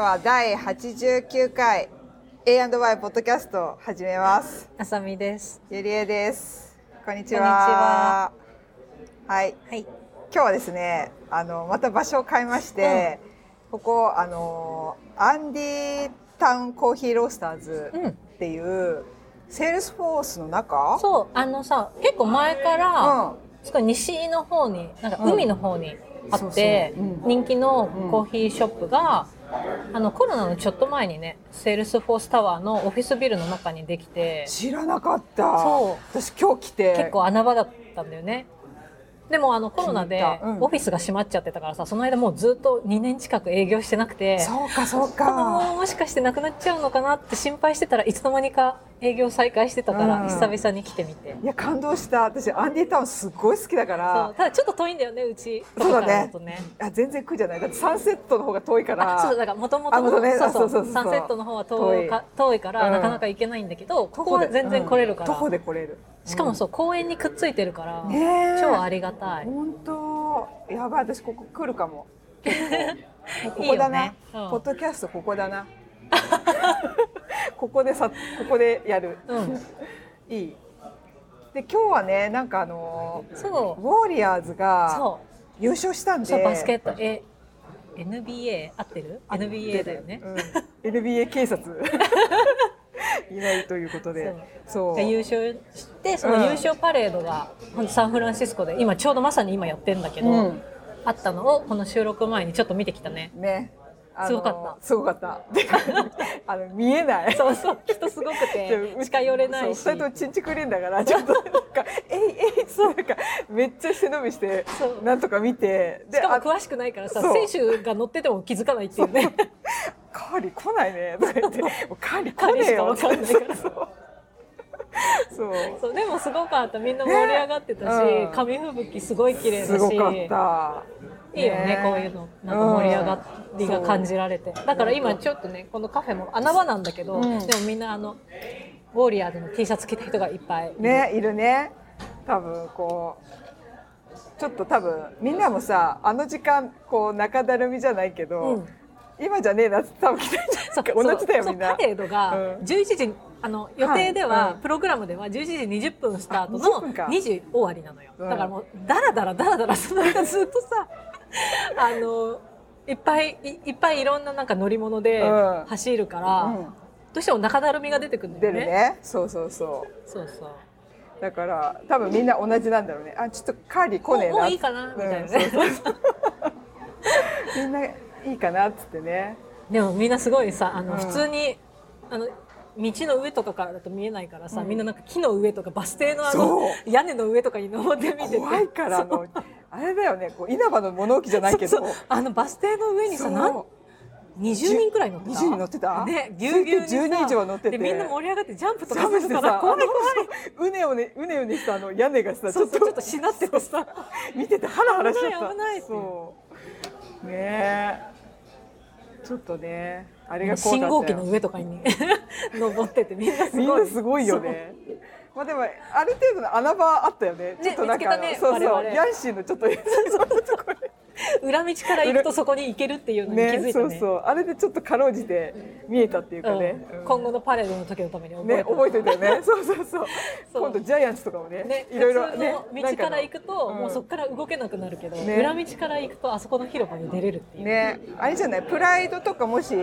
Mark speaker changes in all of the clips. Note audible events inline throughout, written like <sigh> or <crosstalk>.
Speaker 1: は第89回 A&Y ポッドキャストを始めます。
Speaker 2: あさみです。
Speaker 1: ゆりえです。こんにちは。はい。
Speaker 2: はい。
Speaker 1: 今日はですね、あのまた場所を変えまして、ここあのアンディタウンコーヒーロースターズ
Speaker 2: うん。
Speaker 1: っていう、セールスフォースの中、
Speaker 2: そう、あのさ、結構前から、
Speaker 1: ん、
Speaker 2: すごい西の方に、なんか
Speaker 1: うん
Speaker 2: 海の方にあ
Speaker 1: そうそ
Speaker 2: っ
Speaker 1: う
Speaker 2: て、
Speaker 1: うん
Speaker 2: 人気のコーヒーショップが、あのコロナのちょっと前にね、セールスフォースタワーのオフィスビルの中にできて、
Speaker 1: 知らなかった。。
Speaker 2: そう
Speaker 1: 私今日来て、
Speaker 2: 結構穴場だったんだよね。でもあのコロナで
Speaker 1: 聞いたうん
Speaker 2: オフィスが閉まっちゃってたからさ、その間もうずっと2年近く営業してなくて、
Speaker 1: そうかそう
Speaker 2: このまま
Speaker 1: か。
Speaker 2: もしかしてなくなっちゃうのかなって心配してたらいつの間にか営業再開してたから、
Speaker 1: うん
Speaker 2: 久々に来てみて
Speaker 1: いや感動した。私アンディタウンすっごい好きだか
Speaker 2: そう
Speaker 1: ら。
Speaker 2: ただちょっと遠いんだよねうち
Speaker 1: そうだね
Speaker 2: とかとね
Speaker 1: あ全然苦じゃない。だってサンセットの方が遠いから。
Speaker 2: あそうだからもとも
Speaker 1: あ元
Speaker 2: と
Speaker 1: 々ね
Speaker 2: そうそう
Speaker 1: あそうそうそう
Speaker 2: サンセットの方は遠いか遠いから、
Speaker 1: うん
Speaker 2: なかなか行けないんだけどここは全然来れるから、
Speaker 1: 徒歩で来れる。
Speaker 2: しかもそう公園にくっついてるから、
Speaker 1: うん。ねえ。
Speaker 2: 超ありがたい、
Speaker 1: 本当やばい私ここ来るか
Speaker 2: <laughs>
Speaker 1: も。結構こ
Speaker 2: いい
Speaker 1: こだ
Speaker 2: よ
Speaker 1: な。
Speaker 2: ねうん
Speaker 1: ポッドキャストここだな。 <laughs> ここでさここでやる。
Speaker 2: うん、
Speaker 1: いい。で今日はねなんかあの
Speaker 2: そ
Speaker 1: ウ
Speaker 2: う
Speaker 1: ォーリアーズが
Speaker 2: そう
Speaker 1: 優勝したんで。
Speaker 2: そうバスケットえ NBA 合ってる NBA だよね
Speaker 1: うん NBA 警察
Speaker 2: <laughs>
Speaker 1: いないということで、そう
Speaker 2: が優勝してその優勝パレードがほんとサンフランシスコで今ちょうどまさに今やってんだけど、
Speaker 1: うん
Speaker 2: あったのをこの収録前にちょっと見てきたね
Speaker 1: ね、あの
Speaker 2: すごかった
Speaker 1: すごかった。 <laughs> てかあの見えない。
Speaker 2: <laughs> そうそう人すごくて
Speaker 1: でう
Speaker 2: 近寄れないし
Speaker 1: そう二人ともちんちくりんだからち
Speaker 2: <laughs>
Speaker 1: ょっとなんか「えいえい」そうなんかめっちゃ背伸びして
Speaker 2: そう
Speaker 1: なんとか見て
Speaker 2: しかも
Speaker 1: あ
Speaker 2: 詳しくないからさ
Speaker 1: そう
Speaker 2: 選手が乗ってても気づかないっていうね
Speaker 1: カーリー来ないね」とか言って「もうカーリー来
Speaker 2: 彼
Speaker 1: ねえ
Speaker 2: しか
Speaker 1: よ」
Speaker 2: わかんないから
Speaker 1: そうそうそう
Speaker 2: <laughs> そうでもすごかったみんな盛り上がってたし、
Speaker 1: ねうん
Speaker 2: 紙吹雪すごい綺麗だし
Speaker 1: すごかった。
Speaker 2: いいよねこういうのなんか盛り上がりが感
Speaker 1: じ
Speaker 2: じられて、だから今ちょっとねこのカフェも穴場なんだけど、
Speaker 1: うん
Speaker 2: でもみんなあのウォーリアーズの T シャツ着た人がいっぱいいる
Speaker 1: ねいるね多分こうちょっと多分みんなもさあの時間こう中だるみじゃないけど、
Speaker 2: うん
Speaker 1: 今じゃねえなって多分来てんじゃ
Speaker 2: そ
Speaker 1: ないか
Speaker 2: うそう
Speaker 1: <laughs> 同じだよ
Speaker 2: そう
Speaker 1: みんな
Speaker 2: パレードが
Speaker 1: うん
Speaker 2: 11時、あの予定では、
Speaker 1: はいうん
Speaker 2: プログラムでは11時20分スタート
Speaker 1: あ20
Speaker 2: の
Speaker 1: 分か
Speaker 2: 2時終わりなのよ、
Speaker 1: うん
Speaker 2: だからもうダラダラダラダラその間ずっとさ <laughs> あのいっぱいいいっぱいいろんななんか乗り物で
Speaker 1: うん
Speaker 2: 走るから、
Speaker 1: うん
Speaker 2: どうしても中だるみが出てくるんだ
Speaker 1: 出
Speaker 2: よ
Speaker 1: る
Speaker 2: ね
Speaker 1: ねそうそうそう
Speaker 2: そうそう
Speaker 1: だから多分みんな同じなんだろうねあちょっとカーリー来ねえな
Speaker 2: もうもういいかなみたいな
Speaker 1: う
Speaker 2: ね
Speaker 1: んそうそうそうみんないいかなっつってね
Speaker 2: でもみんなすごいさあの、
Speaker 1: うん
Speaker 2: 普通にあの道の上とかからだと見えないからさ、
Speaker 1: うん
Speaker 2: みんななんか木の上とかバス停のあ
Speaker 1: そ
Speaker 2: の屋根の上とかに登ってみてて
Speaker 1: 怖いからあ
Speaker 2: そう
Speaker 1: のあれだよねこう稲葉の物置じゃないけど
Speaker 2: そうそうあのバス停の上に
Speaker 1: そ
Speaker 2: さ
Speaker 1: う
Speaker 2: なん20人くらい乗って
Speaker 1: 20
Speaker 2: た
Speaker 1: 人乗ってた
Speaker 2: ねぎゅうぎゅうにさ
Speaker 1: 推定10人以上乗ってて
Speaker 2: でみんな盛り上がってジャンプと
Speaker 1: サ
Speaker 2: か
Speaker 1: ム
Speaker 2: す
Speaker 1: し
Speaker 2: る
Speaker 1: て
Speaker 2: か
Speaker 1: さ
Speaker 2: ら怖い怖いう
Speaker 1: ねうねうねうねしたあの屋根がさち
Speaker 2: そ
Speaker 1: ょ
Speaker 2: う
Speaker 1: っ
Speaker 2: そう
Speaker 1: と
Speaker 2: ちょっとしなっててさ
Speaker 1: 見ててハラハラしちゃった
Speaker 2: 危ない危ないって
Speaker 1: そうねえちょっとねあれが怖
Speaker 2: 信
Speaker 1: か
Speaker 2: 号
Speaker 1: った
Speaker 2: 機
Speaker 1: よ
Speaker 2: の上とかに <laughs> 登っててみんなすごい
Speaker 1: みんなすごいよねまあでもある程度の穴場あったよね
Speaker 2: ね
Speaker 1: ちょっとなんかあの
Speaker 2: 見つけた
Speaker 1: そ
Speaker 2: ね
Speaker 1: うそう
Speaker 2: 我々
Speaker 1: ヤンシーのちょっ
Speaker 2: <laughs>
Speaker 1: ととこ
Speaker 2: そう裏道から行くとそこに行けるっていうの
Speaker 1: ろ
Speaker 2: に気づ
Speaker 1: ね
Speaker 2: いた
Speaker 1: そ
Speaker 2: ね
Speaker 1: うそうあれでちょっとかろうじて見えたっていうかね
Speaker 2: うん
Speaker 1: うん
Speaker 2: 今後のパレードの時のために覚え
Speaker 1: ね
Speaker 2: てた
Speaker 1: 覚えてたよねそうそうそう
Speaker 2: そう
Speaker 1: 今度ジャイアンツとかもね
Speaker 2: ね、
Speaker 1: いろいろ
Speaker 2: 普通
Speaker 1: ね
Speaker 2: の道から行くと、
Speaker 1: うん
Speaker 2: もうそこから動けなくなるけど、
Speaker 1: ね
Speaker 2: 裏道から行くとあそこの広場に出れるっていう、
Speaker 1: ね、あれじゃない、プライドとかもし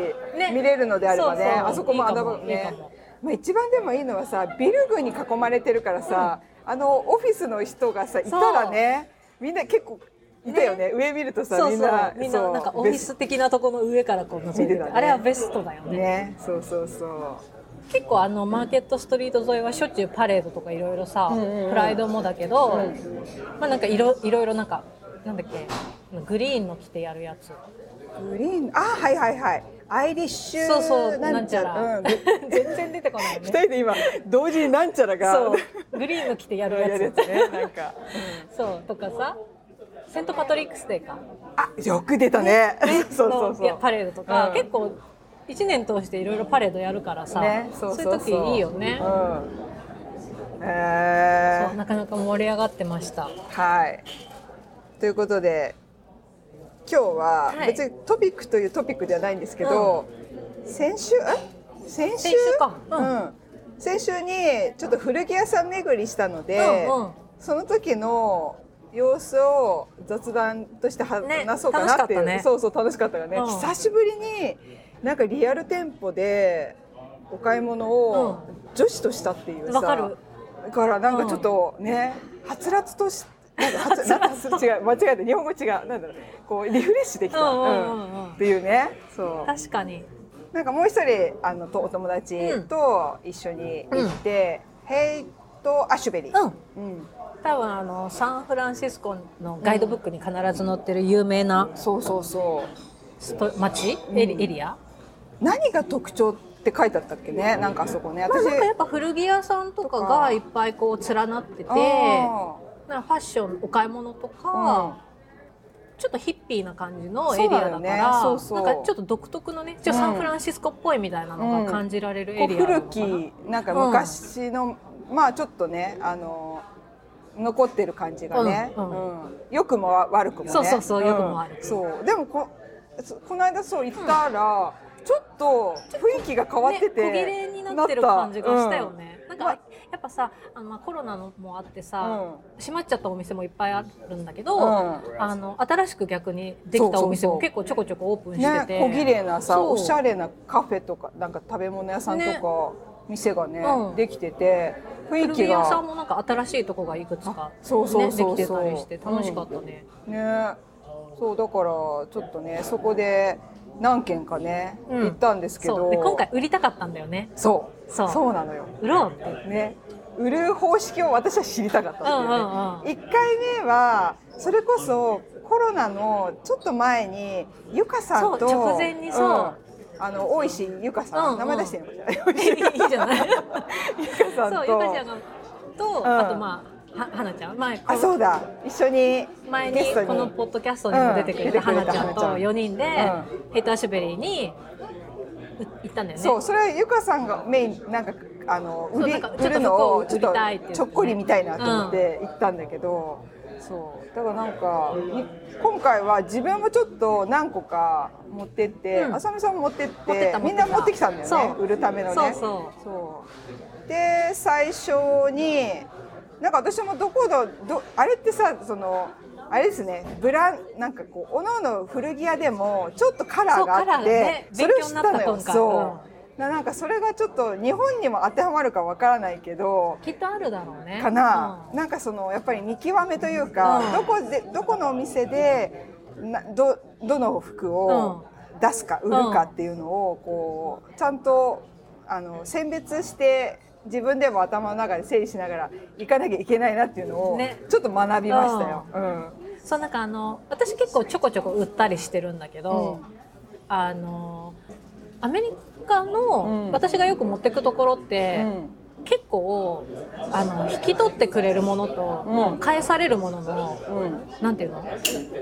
Speaker 1: 見れるのであればね、
Speaker 2: そうそう
Speaker 1: あそこも
Speaker 2: いいか
Speaker 1: 穴
Speaker 2: も
Speaker 1: 場
Speaker 2: いいか
Speaker 1: ね
Speaker 2: も。
Speaker 1: まあ一番でもいいのはさ、ビル群に囲まれてるからさ、あのオフィスの人がさいたらね、みんな結構いたよね。上見るとさ、
Speaker 2: そうそう
Speaker 1: み
Speaker 2: み
Speaker 1: ん
Speaker 2: ん
Speaker 1: な
Speaker 2: ななんかオフィス的なところの上からこう覗いて
Speaker 1: 見て
Speaker 2: て、
Speaker 1: たね
Speaker 2: あれはベストだよね
Speaker 1: ね、そうそうそう。
Speaker 2: 結構あのマーケットストリート沿いはしょっちゅうパレードとかいろいろさ、
Speaker 1: うんうんうん
Speaker 2: プライドもだけど、
Speaker 1: うん
Speaker 2: まあなんかいろいろいろなんかなんだっけグリーンの着てやるやつ
Speaker 1: グリーン、あ、はいはいはい。アイリッシュ
Speaker 2: そうそう
Speaker 1: な
Speaker 2: なんん
Speaker 1: ち
Speaker 2: ち
Speaker 1: ゃ
Speaker 2: ゃ
Speaker 1: ら。
Speaker 2: ら、
Speaker 1: うん、で
Speaker 2: <laughs> 全然出てこない
Speaker 1: <laughs>
Speaker 2: よ
Speaker 1: 二
Speaker 2: ね
Speaker 1: 人で今同時になんちゃらが
Speaker 2: そうグリーンの着てやる
Speaker 1: <laughs> や
Speaker 2: や
Speaker 1: るや
Speaker 2: つ
Speaker 1: つね、なんか。
Speaker 2: そうとかさセントパトリックスデーか
Speaker 1: あ、よく出たね。
Speaker 2: ね
Speaker 1: <laughs> そうそう
Speaker 2: のい
Speaker 1: そ
Speaker 2: や
Speaker 1: う。
Speaker 2: パレードと
Speaker 1: う
Speaker 2: か、
Speaker 1: ん
Speaker 2: 結構1年通していろいろパレードやるからさ、
Speaker 1: ね、
Speaker 2: そういう時いいよね、
Speaker 1: うん、え
Speaker 2: そうなかなか盛り上がってました
Speaker 1: ーはい。ということで、今日は
Speaker 2: はい
Speaker 1: 別にトピックというトピックではないんですけど、先週え先週
Speaker 2: 先週かう
Speaker 1: うん
Speaker 2: ん
Speaker 1: 先週にちょっと古着屋さん巡りしたので、
Speaker 2: うんうん
Speaker 1: その時の様子を雑談として話
Speaker 2: ね
Speaker 1: そうかなっていう、
Speaker 2: 楽しかったね
Speaker 1: そうそう楽しかったよね、
Speaker 2: うん
Speaker 1: 久しぶりになんかリアル店舗でお買い物を女子としたっていうさ、
Speaker 2: わかる
Speaker 1: だからなんかちょっとね、はつらつとしなんかはつなんかはつ違う間違えた日本語違うなんだろうこうリフレッシュできた、
Speaker 2: うんうんうんうん
Speaker 1: うんっていうねそう
Speaker 2: 確かに
Speaker 1: なんかもう一人あのとお友達と一緒に行って、ヘイとアシュベリー、
Speaker 2: うん
Speaker 1: うん
Speaker 2: 多分あのサンフランシスコのガイドブックに必ず載ってる有名な
Speaker 1: そうそうそう
Speaker 2: スト街、
Speaker 1: うん
Speaker 2: エリエリア、
Speaker 1: 何が特徴って書いてあったっけねなんかあそこね
Speaker 2: まあ、
Speaker 1: 私、
Speaker 2: なんかやっぱ古着屋さんとかがいっぱいこう連なってて
Speaker 1: あ
Speaker 2: なんかファッションお買い物と
Speaker 1: ー
Speaker 2: か、ちょっとヒッピーな感じのエリアだから
Speaker 1: そうだよねそうそう
Speaker 2: なんかちょっと独特のねちょっとサンフランシスコっぽいみたいなのが感じられる
Speaker 1: こ
Speaker 2: エ
Speaker 1: う
Speaker 2: リアな
Speaker 1: 古
Speaker 2: のかな、
Speaker 1: きなんか昔の、まあちょっとねあの残ってる感じがね、
Speaker 2: う
Speaker 1: うんん良くも悪くもね
Speaker 2: そうそうそうん良くも悪くも
Speaker 1: そうでもこそこの間そう行ったら、ちょっと雰囲気が変わってて、
Speaker 2: ね、小切れになってる感じがしたよね、なんか
Speaker 1: まあ
Speaker 2: やっぱさあのまあコロナのもあって
Speaker 1: なった、う
Speaker 2: さ、
Speaker 1: ん
Speaker 2: 閉まっちゃったお店もいっぱいあるんだけど、
Speaker 1: うん
Speaker 2: あの新しく逆にできたお店も結構ちょこちょこオープンして
Speaker 1: ね
Speaker 2: て、
Speaker 1: 小綺麗なさ
Speaker 2: そう
Speaker 1: おしゃれなカフェとかなんか食べ物屋さんとか、
Speaker 2: ね
Speaker 1: 店がね、
Speaker 2: うん
Speaker 1: できてて雰囲
Speaker 2: 古着
Speaker 1: 気
Speaker 2: 屋さ
Speaker 1: が
Speaker 2: んもなんか新しいとこがいくつか、ね、
Speaker 1: そうそうそうそう
Speaker 2: できてたりして楽しかったね、
Speaker 1: ねそうだからちょっとねそこで何軒かね、
Speaker 2: うん
Speaker 1: 行ったんですけ
Speaker 2: そ
Speaker 1: ど
Speaker 2: うで今回売りたかったんだよね
Speaker 1: そう
Speaker 2: そう
Speaker 1: そうなのよ
Speaker 2: 売ろうって
Speaker 1: ね売る方式を私は知りたかったんだよね、
Speaker 2: うんうんうん
Speaker 1: 1回目はそれこそコロナのちょっと前にゆかさんと
Speaker 2: そう直前にそうん
Speaker 1: あの大石ゆかさん、
Speaker 2: うんうん
Speaker 1: 名前出してるのかしら
Speaker 2: いいじゃない
Speaker 1: ゆかさん
Speaker 2: そ
Speaker 1: と
Speaker 2: うゆかちゃんがと、
Speaker 1: ん
Speaker 2: あとまあははなちゃん前こ
Speaker 1: あそうだ一緒に
Speaker 2: 前
Speaker 1: ゲスト
Speaker 2: にこのポッドキャストにも出てくれ
Speaker 1: うん
Speaker 2: たはなちゃ
Speaker 1: 出
Speaker 2: んと
Speaker 1: てくれたはなちゃん
Speaker 2: 4人で、ヘイトアシュベリーにう行ったんだよね
Speaker 1: そうそれはゆかさんがメインなんかあの
Speaker 2: そう
Speaker 1: 売り
Speaker 2: なんかち
Speaker 1: 売
Speaker 2: ょっと
Speaker 1: るのをちょ
Speaker 2: 服を売
Speaker 1: っ
Speaker 2: り
Speaker 1: と
Speaker 2: たいって言ってね
Speaker 1: ちょっこりみたいなと思って行ったんだけど、そうだからなんかい今回は自分もちょっと何個か持ってって、
Speaker 2: うん
Speaker 1: 浅見さんも持ってって
Speaker 2: 持ってった持ってた
Speaker 1: みんな持ってきたんだよね
Speaker 2: そう
Speaker 1: 売るためのね。
Speaker 2: そうそう
Speaker 1: そうで最初になんか私もどこだどあれってさそのあれですねブランなんかこうおのの古着屋でもちょっとカラーがあ
Speaker 2: そうカラ
Speaker 1: っ
Speaker 2: ーが
Speaker 1: て、
Speaker 2: ね
Speaker 1: それを知ったの
Speaker 2: 勉強にな
Speaker 1: よ
Speaker 2: った今
Speaker 1: そう、ななんかそれがちょっと日本にも当てはまるかわからないけど
Speaker 2: きっとあるだろうね
Speaker 1: かな、
Speaker 2: うん
Speaker 1: なんかそのやっぱり見極めというか、
Speaker 2: うん
Speaker 1: どこでどこのお店でなどどの服を出すか、売るかっていうのをこうちゃんとあの選別して自分でも頭の中で整理しながら行かなきゃいけないなっていうのを
Speaker 2: ね
Speaker 1: ちょっと学びましたよ。うん
Speaker 2: そうなんかあの私結構ちょこちょこ売ったりしてるんだけど、
Speaker 1: う
Speaker 2: あのアメリカ
Speaker 1: う
Speaker 2: の
Speaker 1: ん
Speaker 2: 私がよく持ってくところって、
Speaker 1: うん
Speaker 2: 結構あの引き取ってくれるものと、
Speaker 1: うん
Speaker 2: もう返されるものの
Speaker 1: うん
Speaker 2: なんていうの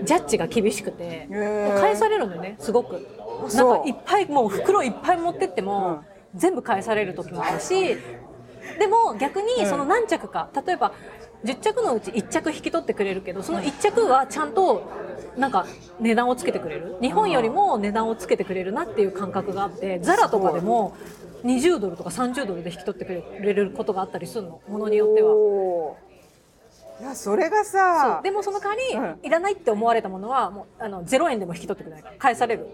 Speaker 2: ジャッジが厳しくて、
Speaker 1: ー
Speaker 2: もう返されるのよねすごくなん
Speaker 1: そう
Speaker 2: かいっぱいもう袋いっぱい持ってっても、全部返される時もあるしでも逆にその何着か、例えば10着のうち1着引き取ってくれるけどその1着はちゃんとなんか値段をつけてくれる日本よりも値段をつけてくれるなっていう感覚があってザラとかでも20ドルとか30ドルで引き取ってくれることがあったりするのものによっては。
Speaker 1: おーいやそれが
Speaker 2: そ
Speaker 1: さ
Speaker 2: うでもその代わり、
Speaker 1: う
Speaker 2: いらないって思われたものはもうあの0円でも引き取ってくれない返される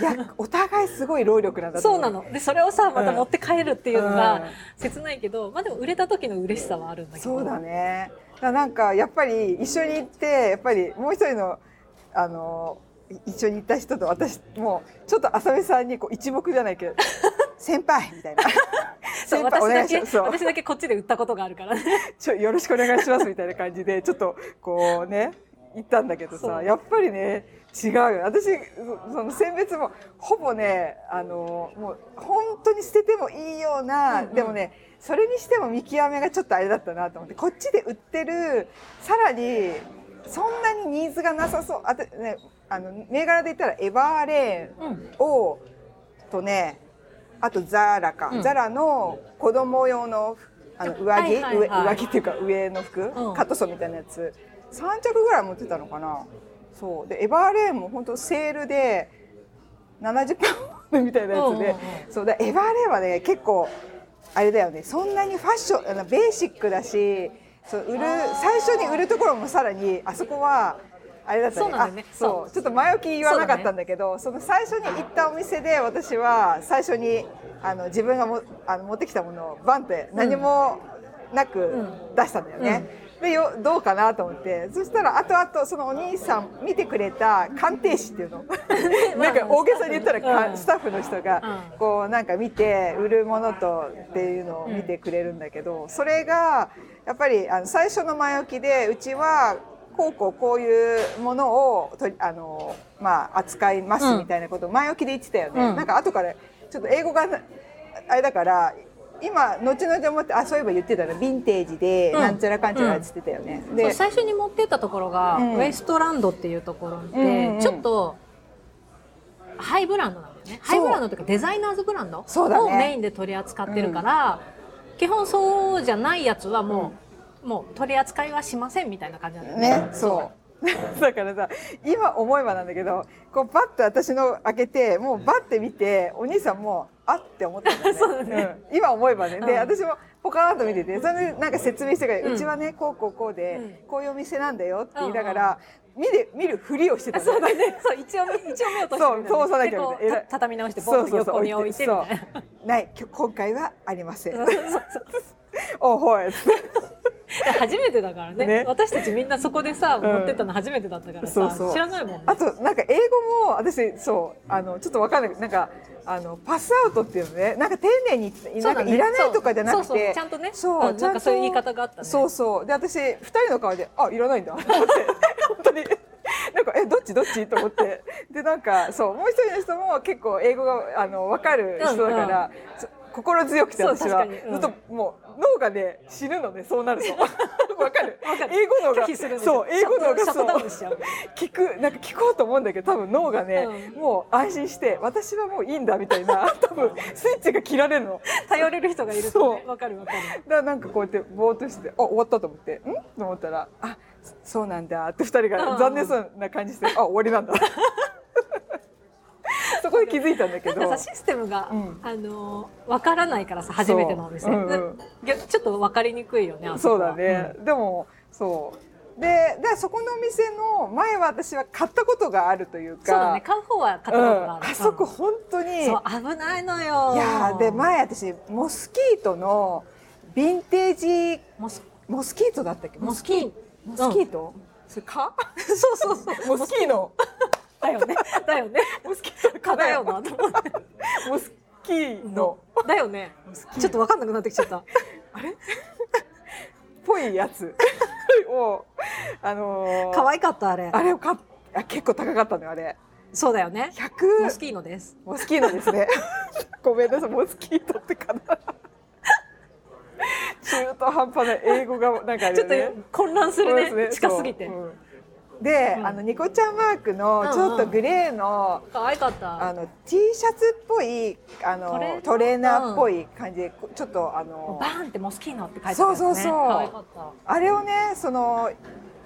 Speaker 1: いやお互いすごい労力なんだと
Speaker 2: そ
Speaker 1: 思
Speaker 2: うなのでそれをさまた持って帰るっていうの
Speaker 1: うん
Speaker 2: が切ないけど、まあ、でも売れた時の嬉しさはあるんだけど
Speaker 1: そうだね。だからなんかやっぱり一緒に行ってやっぱりもう一人のあのい一緒に行った人と私もうちょっと浅見さんにこう一目じゃない
Speaker 2: <laughs>
Speaker 1: けど先輩みたいな
Speaker 2: そう
Speaker 1: 先輩
Speaker 2: 私
Speaker 1: お願
Speaker 2: だ
Speaker 1: いし
Speaker 2: け
Speaker 1: ますそう
Speaker 2: 私だけこっちで売ったことがあるからね
Speaker 1: <laughs> ちょよろしくお願いしますみたいな感じでちょっとこうね行ったんだけど
Speaker 2: そ
Speaker 1: さ
Speaker 2: う
Speaker 1: やっぱりね違うよ私そその選別もほぼねあのもう本当に捨ててもいいような、
Speaker 2: うんうん
Speaker 1: でもねそれにしても見極めがちょっとあれだったなと思ってこっちで売ってるさらにそんなにニーズがなさそうあと、ね、あの銘柄で言ったらエバーレーン
Speaker 2: うん
Speaker 1: をとねあとザラか、
Speaker 2: うん
Speaker 1: ザラの子供用のあの上着、
Speaker 2: はいはいはい
Speaker 1: 上上着っていうか上の服、
Speaker 2: うん
Speaker 1: カットソーみたいなやつ3着ぐらい持ってたのかなそうでエバーレーンも本当セールで70分みたいなやつで、
Speaker 2: うんうんうん
Speaker 1: そうだエバーレーンはね結構あれだよねそんなにファッションあのベーシックだしそう売る最初に売るところもさらにあそこはあれだった
Speaker 2: そうなんだよね
Speaker 1: あそ
Speaker 2: そう
Speaker 1: うちょっと前置き言わなかったんだけどそ,、の最初に行ったお店で私は最初にあの自分がもあの持ってきたものをバンって何もなく、
Speaker 2: う
Speaker 1: 出したんだよね。でよどうかなと思ってそしたらあとあとそのお兄さん見てくれた鑑定士って
Speaker 2: <laughs>
Speaker 1: いうのなんか大げさに言ったらか、
Speaker 2: うん
Speaker 1: スタッフの人が
Speaker 2: うん
Speaker 1: こうなんか見て売るものとっていうのを見てくれるんだけど、それがやっぱりあの最初の前置きでうちはこうこうこういうものをとりあの、まあ、扱いますみたいなことを前置きで言ってたよね、
Speaker 2: うん
Speaker 1: なんか後からちょっと英語がなあれだから今後々思ってあそういえば言ってたらヴィンテージで
Speaker 2: うん
Speaker 1: なんちゃらかんちゃらって言ってたよね、
Speaker 2: そう
Speaker 1: で
Speaker 2: 最初に持ってったところが、
Speaker 1: うん
Speaker 2: ウエストランドっていうところで、
Speaker 1: うんうん
Speaker 2: ちょっとハイブランドなんだよねハイブランドというかデザイナーズブランド
Speaker 1: そうだね
Speaker 2: をメインで取り扱ってるから、基本そうじゃないやつはもう、もう取り扱いはしませんみたいな感じなん
Speaker 1: <laughs>
Speaker 2: だよね
Speaker 1: ねそう <laughs> だからさ今思えばなんだけどこうバッと私の開けてもうバッて見てお兄さんもあって思ったんだよね
Speaker 2: <laughs> そうだね
Speaker 1: うん今思えばねで、
Speaker 2: うん
Speaker 1: 私もポカーンと見ててそれでなんか説明してから、う
Speaker 2: うん
Speaker 1: ちはねこうこうこうで、
Speaker 2: うん
Speaker 1: こういうお店なんだよって言いながら、見る見るふりをしてた
Speaker 2: あ
Speaker 1: の
Speaker 2: そうだねそう一応一応目を通してみた
Speaker 1: そう
Speaker 2: よね
Speaker 1: 通さなきゃ
Speaker 2: でこう
Speaker 1: みたいな偉い
Speaker 2: た畳み直してボンと横に置いてみたいな
Speaker 1: そうないきょ今回はありません
Speaker 2: そうそう
Speaker 1: <laughs> おほい
Speaker 2: <laughs> 初めてだからね
Speaker 1: ね
Speaker 2: 私たちみんなそこでさ、
Speaker 1: ん
Speaker 2: 持ってったの初めてだったからさ
Speaker 1: そうそう
Speaker 2: 知らないもんね
Speaker 1: あとなんか英語も私そうあのちょっとわかんないなんかあのパスアウトっていうのねなんか丁寧になんかいらないとかじゃなくて
Speaker 2: そうそうそうちゃんとね
Speaker 1: そう
Speaker 2: うんなんかそういう言い方があったね
Speaker 1: そうそうで私二人の顔であいらないんだと思って本当になんかえどっちどっちと思ってでなんかそうもう一人の人も結構英語があのわかる人だから、そ心強くて
Speaker 2: そう
Speaker 1: 私は、
Speaker 2: 確かにうん
Speaker 1: ずっともう脳がね死ぬのねそうな
Speaker 2: <laughs>
Speaker 1: るとわかる
Speaker 2: わかる
Speaker 1: 英語脳が
Speaker 2: 拒否するんだ
Speaker 1: そう英語脳
Speaker 2: シ
Speaker 1: が
Speaker 2: ャットシャットダ
Speaker 1: そ
Speaker 2: ウ
Speaker 1: う
Speaker 2: ンしちゃう
Speaker 1: 聞くなんか聞こうと思うんだけど多分脳がね、もう安心して私はもういいんだみたい
Speaker 2: <laughs>
Speaker 1: な多分スイッチが切られるの
Speaker 2: 頼れる人がいるとね
Speaker 1: そう
Speaker 2: わかるわかる
Speaker 1: だからなんかこうやってぼーっとしててあ終わったと思ってんと思ったらあそそうなんだって二人
Speaker 2: うんう
Speaker 1: が
Speaker 2: ん
Speaker 1: 残念そうな感じして、あ終わりなんだ <laughs> そこで気づいたんだけど
Speaker 2: なんかさシステムが、
Speaker 1: うん
Speaker 2: あのーわからないからさ初めてのお店、
Speaker 1: そううんうん
Speaker 2: いやちょっとわかりにくいよねあ
Speaker 1: そ
Speaker 2: こ
Speaker 1: う
Speaker 2: は
Speaker 1: だね、でもそうででそこのお店の前は私は買ったことがあるというか
Speaker 2: そうだね買う方は買ったことがあ
Speaker 1: うん
Speaker 2: る、
Speaker 1: あそこ本当に、
Speaker 2: うんそう危ないのよ
Speaker 1: いやーで前私モスキートのヴィンテージ
Speaker 2: モス
Speaker 1: モスキートだったっけ
Speaker 2: モスキー
Speaker 1: モスキート、それ
Speaker 2: <laughs>
Speaker 1: 蚊そうそうそうモスキーの
Speaker 2: だよねだよね
Speaker 1: モスキートの
Speaker 2: 蚊
Speaker 1: 蚊
Speaker 2: だ
Speaker 1: だ
Speaker 2: よ
Speaker 1: よ
Speaker 2: なと <laughs> 思って
Speaker 1: モスキーの
Speaker 2: だよねちょっとわかんなくなってきち
Speaker 1: <laughs>
Speaker 2: ゃった
Speaker 1: ぽいやつ <laughs> をあのー、
Speaker 2: 可愛かったあれ
Speaker 1: あれを買っあ結構高かったのよあれ
Speaker 2: そうだよねモス
Speaker 1: 100
Speaker 2: キーノです
Speaker 1: モスキーのです <laughs> ねごめんなさいモスキートってかな中途半端な英語がなんかあれ、ね、
Speaker 2: ちょっと混乱するね近すぎて、
Speaker 1: そううんで、
Speaker 2: うん
Speaker 1: あのニコちゃんマークのちょっとグレーの、
Speaker 2: 可愛かった
Speaker 1: あの T シャツっぽいあの
Speaker 2: トレーナ
Speaker 1: ト
Speaker 2: ー
Speaker 1: レーナーっぽい感じでこちょっとあの
Speaker 2: バーンってモスキーノって書いてある
Speaker 1: そうそうそう
Speaker 2: 可愛かった
Speaker 1: あれをねその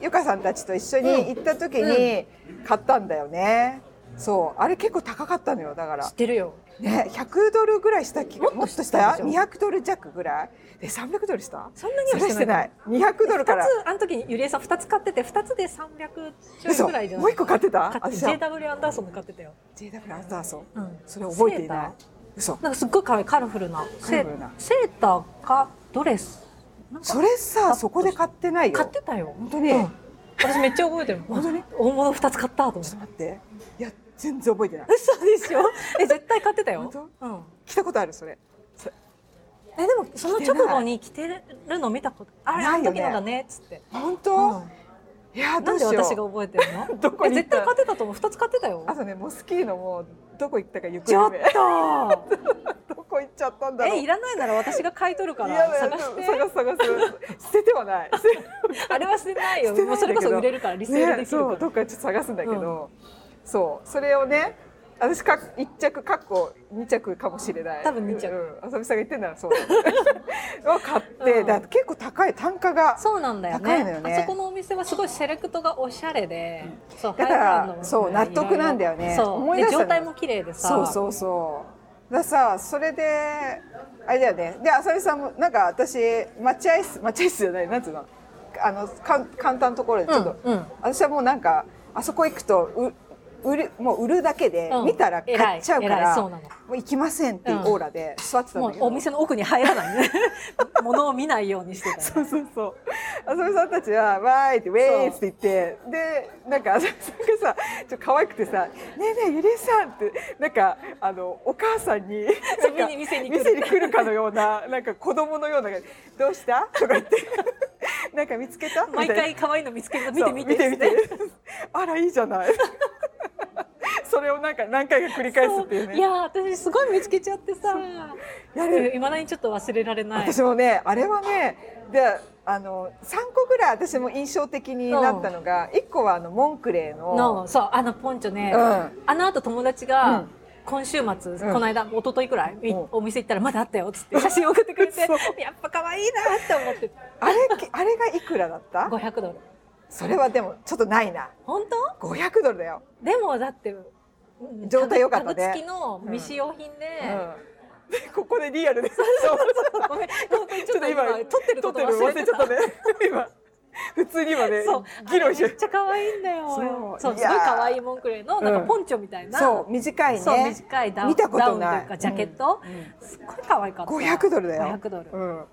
Speaker 1: ゆかさんたちと一緒に行った時に買ったんだよね、そうあれ結構高かったのよだから
Speaker 2: 知ってるよ
Speaker 1: ね100ドルぐらいした気が
Speaker 2: も
Speaker 1: も
Speaker 2: っ
Speaker 1: っ
Speaker 2: と
Speaker 1: と
Speaker 2: し
Speaker 1: したた
Speaker 2: でしょ
Speaker 1: 200ドル弱ぐらいえ300ドルした
Speaker 2: そんなには
Speaker 1: それしてない200ドルから
Speaker 2: 二つあの時にゆりえさん二つ買ってて二つで三百ちょい
Speaker 1: 嘘
Speaker 2: ぐらいじゃ
Speaker 1: も
Speaker 2: な
Speaker 1: う
Speaker 2: い
Speaker 1: 一個買ってた
Speaker 2: 買って
Speaker 1: 私は
Speaker 2: JW アンダーソンの買ってたよ、
Speaker 1: JW アンダーソン
Speaker 2: うん、
Speaker 1: それ覚えていない
Speaker 2: セー
Speaker 1: 嘘
Speaker 2: ターなんかすっごい可愛いカラフルなセ
Speaker 1: カラフルな
Speaker 2: セーターかドレスなんか
Speaker 1: それさそこで買ってないよ
Speaker 2: 買ってたよ
Speaker 1: 本当に
Speaker 2: うん私めっちゃ覚えてるもん
Speaker 1: 本当に
Speaker 2: 大物二つ買ったと思っ
Speaker 1: ちょっと
Speaker 2: て
Speaker 1: 待っていや全然覚えてない
Speaker 2: 嘘でしょえ絶対買ってたよ
Speaker 1: 本
Speaker 2: うん
Speaker 1: 来たことあるそれそれ
Speaker 2: えでもその直後に着てるの見たことあれあ
Speaker 1: な
Speaker 2: の
Speaker 1: いよ
Speaker 2: 時
Speaker 1: ね
Speaker 2: のだねっつって、
Speaker 1: 本
Speaker 2: う
Speaker 1: 当、
Speaker 2: ん
Speaker 1: いや
Speaker 2: な
Speaker 1: ど
Speaker 2: ん
Speaker 1: う
Speaker 2: で
Speaker 1: しよ
Speaker 2: 私が
Speaker 1: う
Speaker 2: 覚えてるの
Speaker 1: どこ
Speaker 2: え
Speaker 1: に行っ
Speaker 2: 絶対
Speaker 1: た
Speaker 2: 買ってたと思う二つ買ってたよ
Speaker 1: あとねモスキーのもどこ行ったか行
Speaker 2: ちょ
Speaker 1: 方
Speaker 2: っ
Speaker 1: 不明 <laughs> ど
Speaker 2: と
Speaker 1: こ行っちゃったんだろう
Speaker 2: えいらないなら私が買い取るか
Speaker 1: いや
Speaker 2: ら
Speaker 1: だよ
Speaker 2: 探して
Speaker 1: 探す探す捨てては
Speaker 2: <laughs>
Speaker 1: ない捨て
Speaker 2: あれは捨てないよ
Speaker 1: 捨てない
Speaker 2: もう
Speaker 1: んだ
Speaker 2: それ
Speaker 1: けど
Speaker 2: こそ売れるからリセールで
Speaker 1: ね
Speaker 2: きる
Speaker 1: そう
Speaker 2: か
Speaker 1: どっかちょっと探すんだけど、そうそれをね私か一着かっこ二着かもしれない
Speaker 2: 多分二着
Speaker 1: うん、浅見さんが言ってんならそうだ <laughs> を買って、
Speaker 2: うん
Speaker 1: だから結構高い単価が
Speaker 2: そうなんだよ
Speaker 1: 高い
Speaker 2: ね
Speaker 1: のよね
Speaker 2: あそこのお店はすごいセレクトがおしゃれで、そう
Speaker 1: だから
Speaker 2: ハイブランドもね
Speaker 1: そう納得なんだよね
Speaker 2: いろいろそう
Speaker 1: 思い出した
Speaker 2: で
Speaker 1: の
Speaker 2: 状態も綺麗でさ
Speaker 1: そうそうそうだからさそれであれだよねで浅見さんもなんか私待合室待合室じゃないなんつうのあのかん簡単なところでちょっと、
Speaker 2: うんうん
Speaker 1: 私はもうなんかあそこ行くとう売るもう売るだけで、
Speaker 2: うん
Speaker 1: 見たら買っちゃうか
Speaker 2: 偉い偉い
Speaker 1: ら
Speaker 2: そう
Speaker 1: も
Speaker 2: なの
Speaker 1: う行きませんっていうオーラで座ってたん
Speaker 2: も
Speaker 1: だ
Speaker 2: う
Speaker 1: けど、
Speaker 2: お店の奥に入らない <laughs> ね物を見ないようにしてたよね
Speaker 1: そうそうそう。浅見さんたちは、わーいって、ウェーイって言って、で、なんか浅見さんがさ、ちょっと可愛くてさ、ねえねえ、ゆりえさんって、なんか、あの、お母さんに、なんか
Speaker 2: 見に店に来る
Speaker 1: 店に来るかのような、なんか子供のような、どうしたとか言って、 <laughs> なんか見つけたみたい
Speaker 2: 毎
Speaker 1: な
Speaker 2: 回可愛いの見つけると見て見て
Speaker 1: そう見て見
Speaker 2: <laughs>
Speaker 1: てあら、いいじゃない。 <laughs> それをなんか何回か繰り返すっていうね。
Speaker 2: いやー私すごい見つけちゃってさ
Speaker 1: やる
Speaker 2: いまだにちょっと忘れられない
Speaker 1: 私もねあれはねであの3個ぐらい私も印象的になったのが、一1個はあのモンクレーの
Speaker 2: のそうあのポンチョね、
Speaker 1: うん
Speaker 2: あの後友達
Speaker 1: う
Speaker 2: が
Speaker 1: ん
Speaker 2: 今週末、
Speaker 1: ん
Speaker 2: この間一昨日くらい、い
Speaker 1: うん
Speaker 2: お店行ったらまだあったよっつって写真送ってくれ
Speaker 1: <laughs>
Speaker 2: て
Speaker 1: そう
Speaker 2: やっぱ可愛いなって思って
Speaker 1: あれあれがいくらだった
Speaker 2: 500ドル
Speaker 1: それはでもちょっとないな
Speaker 2: 本当
Speaker 1: 500ドルだよ、
Speaker 2: でもだって
Speaker 1: 状態良かったね
Speaker 2: タグ付きの未使用品で、
Speaker 1: うん、でここでリアルです
Speaker 2: ごめん本当にちょっと今撮ってること
Speaker 1: 撮って
Speaker 2: 忘れて
Speaker 1: ちゃ
Speaker 2: た
Speaker 1: ったね今普通に今ね
Speaker 2: そう
Speaker 1: 議論して
Speaker 2: あれめっちゃ可愛いんだよ
Speaker 1: そう
Speaker 2: そう
Speaker 1: い
Speaker 2: す
Speaker 1: や
Speaker 2: ご
Speaker 1: ー
Speaker 2: い可愛いモンクレーのなんか
Speaker 1: うん
Speaker 2: ポンチョみたいな、
Speaker 1: そう短いね
Speaker 2: そう短いダウン
Speaker 1: 見たことない
Speaker 2: ダウンというかジャケット、
Speaker 1: うんうん
Speaker 2: すっごい可愛かった
Speaker 1: 500ドルだよ
Speaker 2: 500ドル、
Speaker 1: うん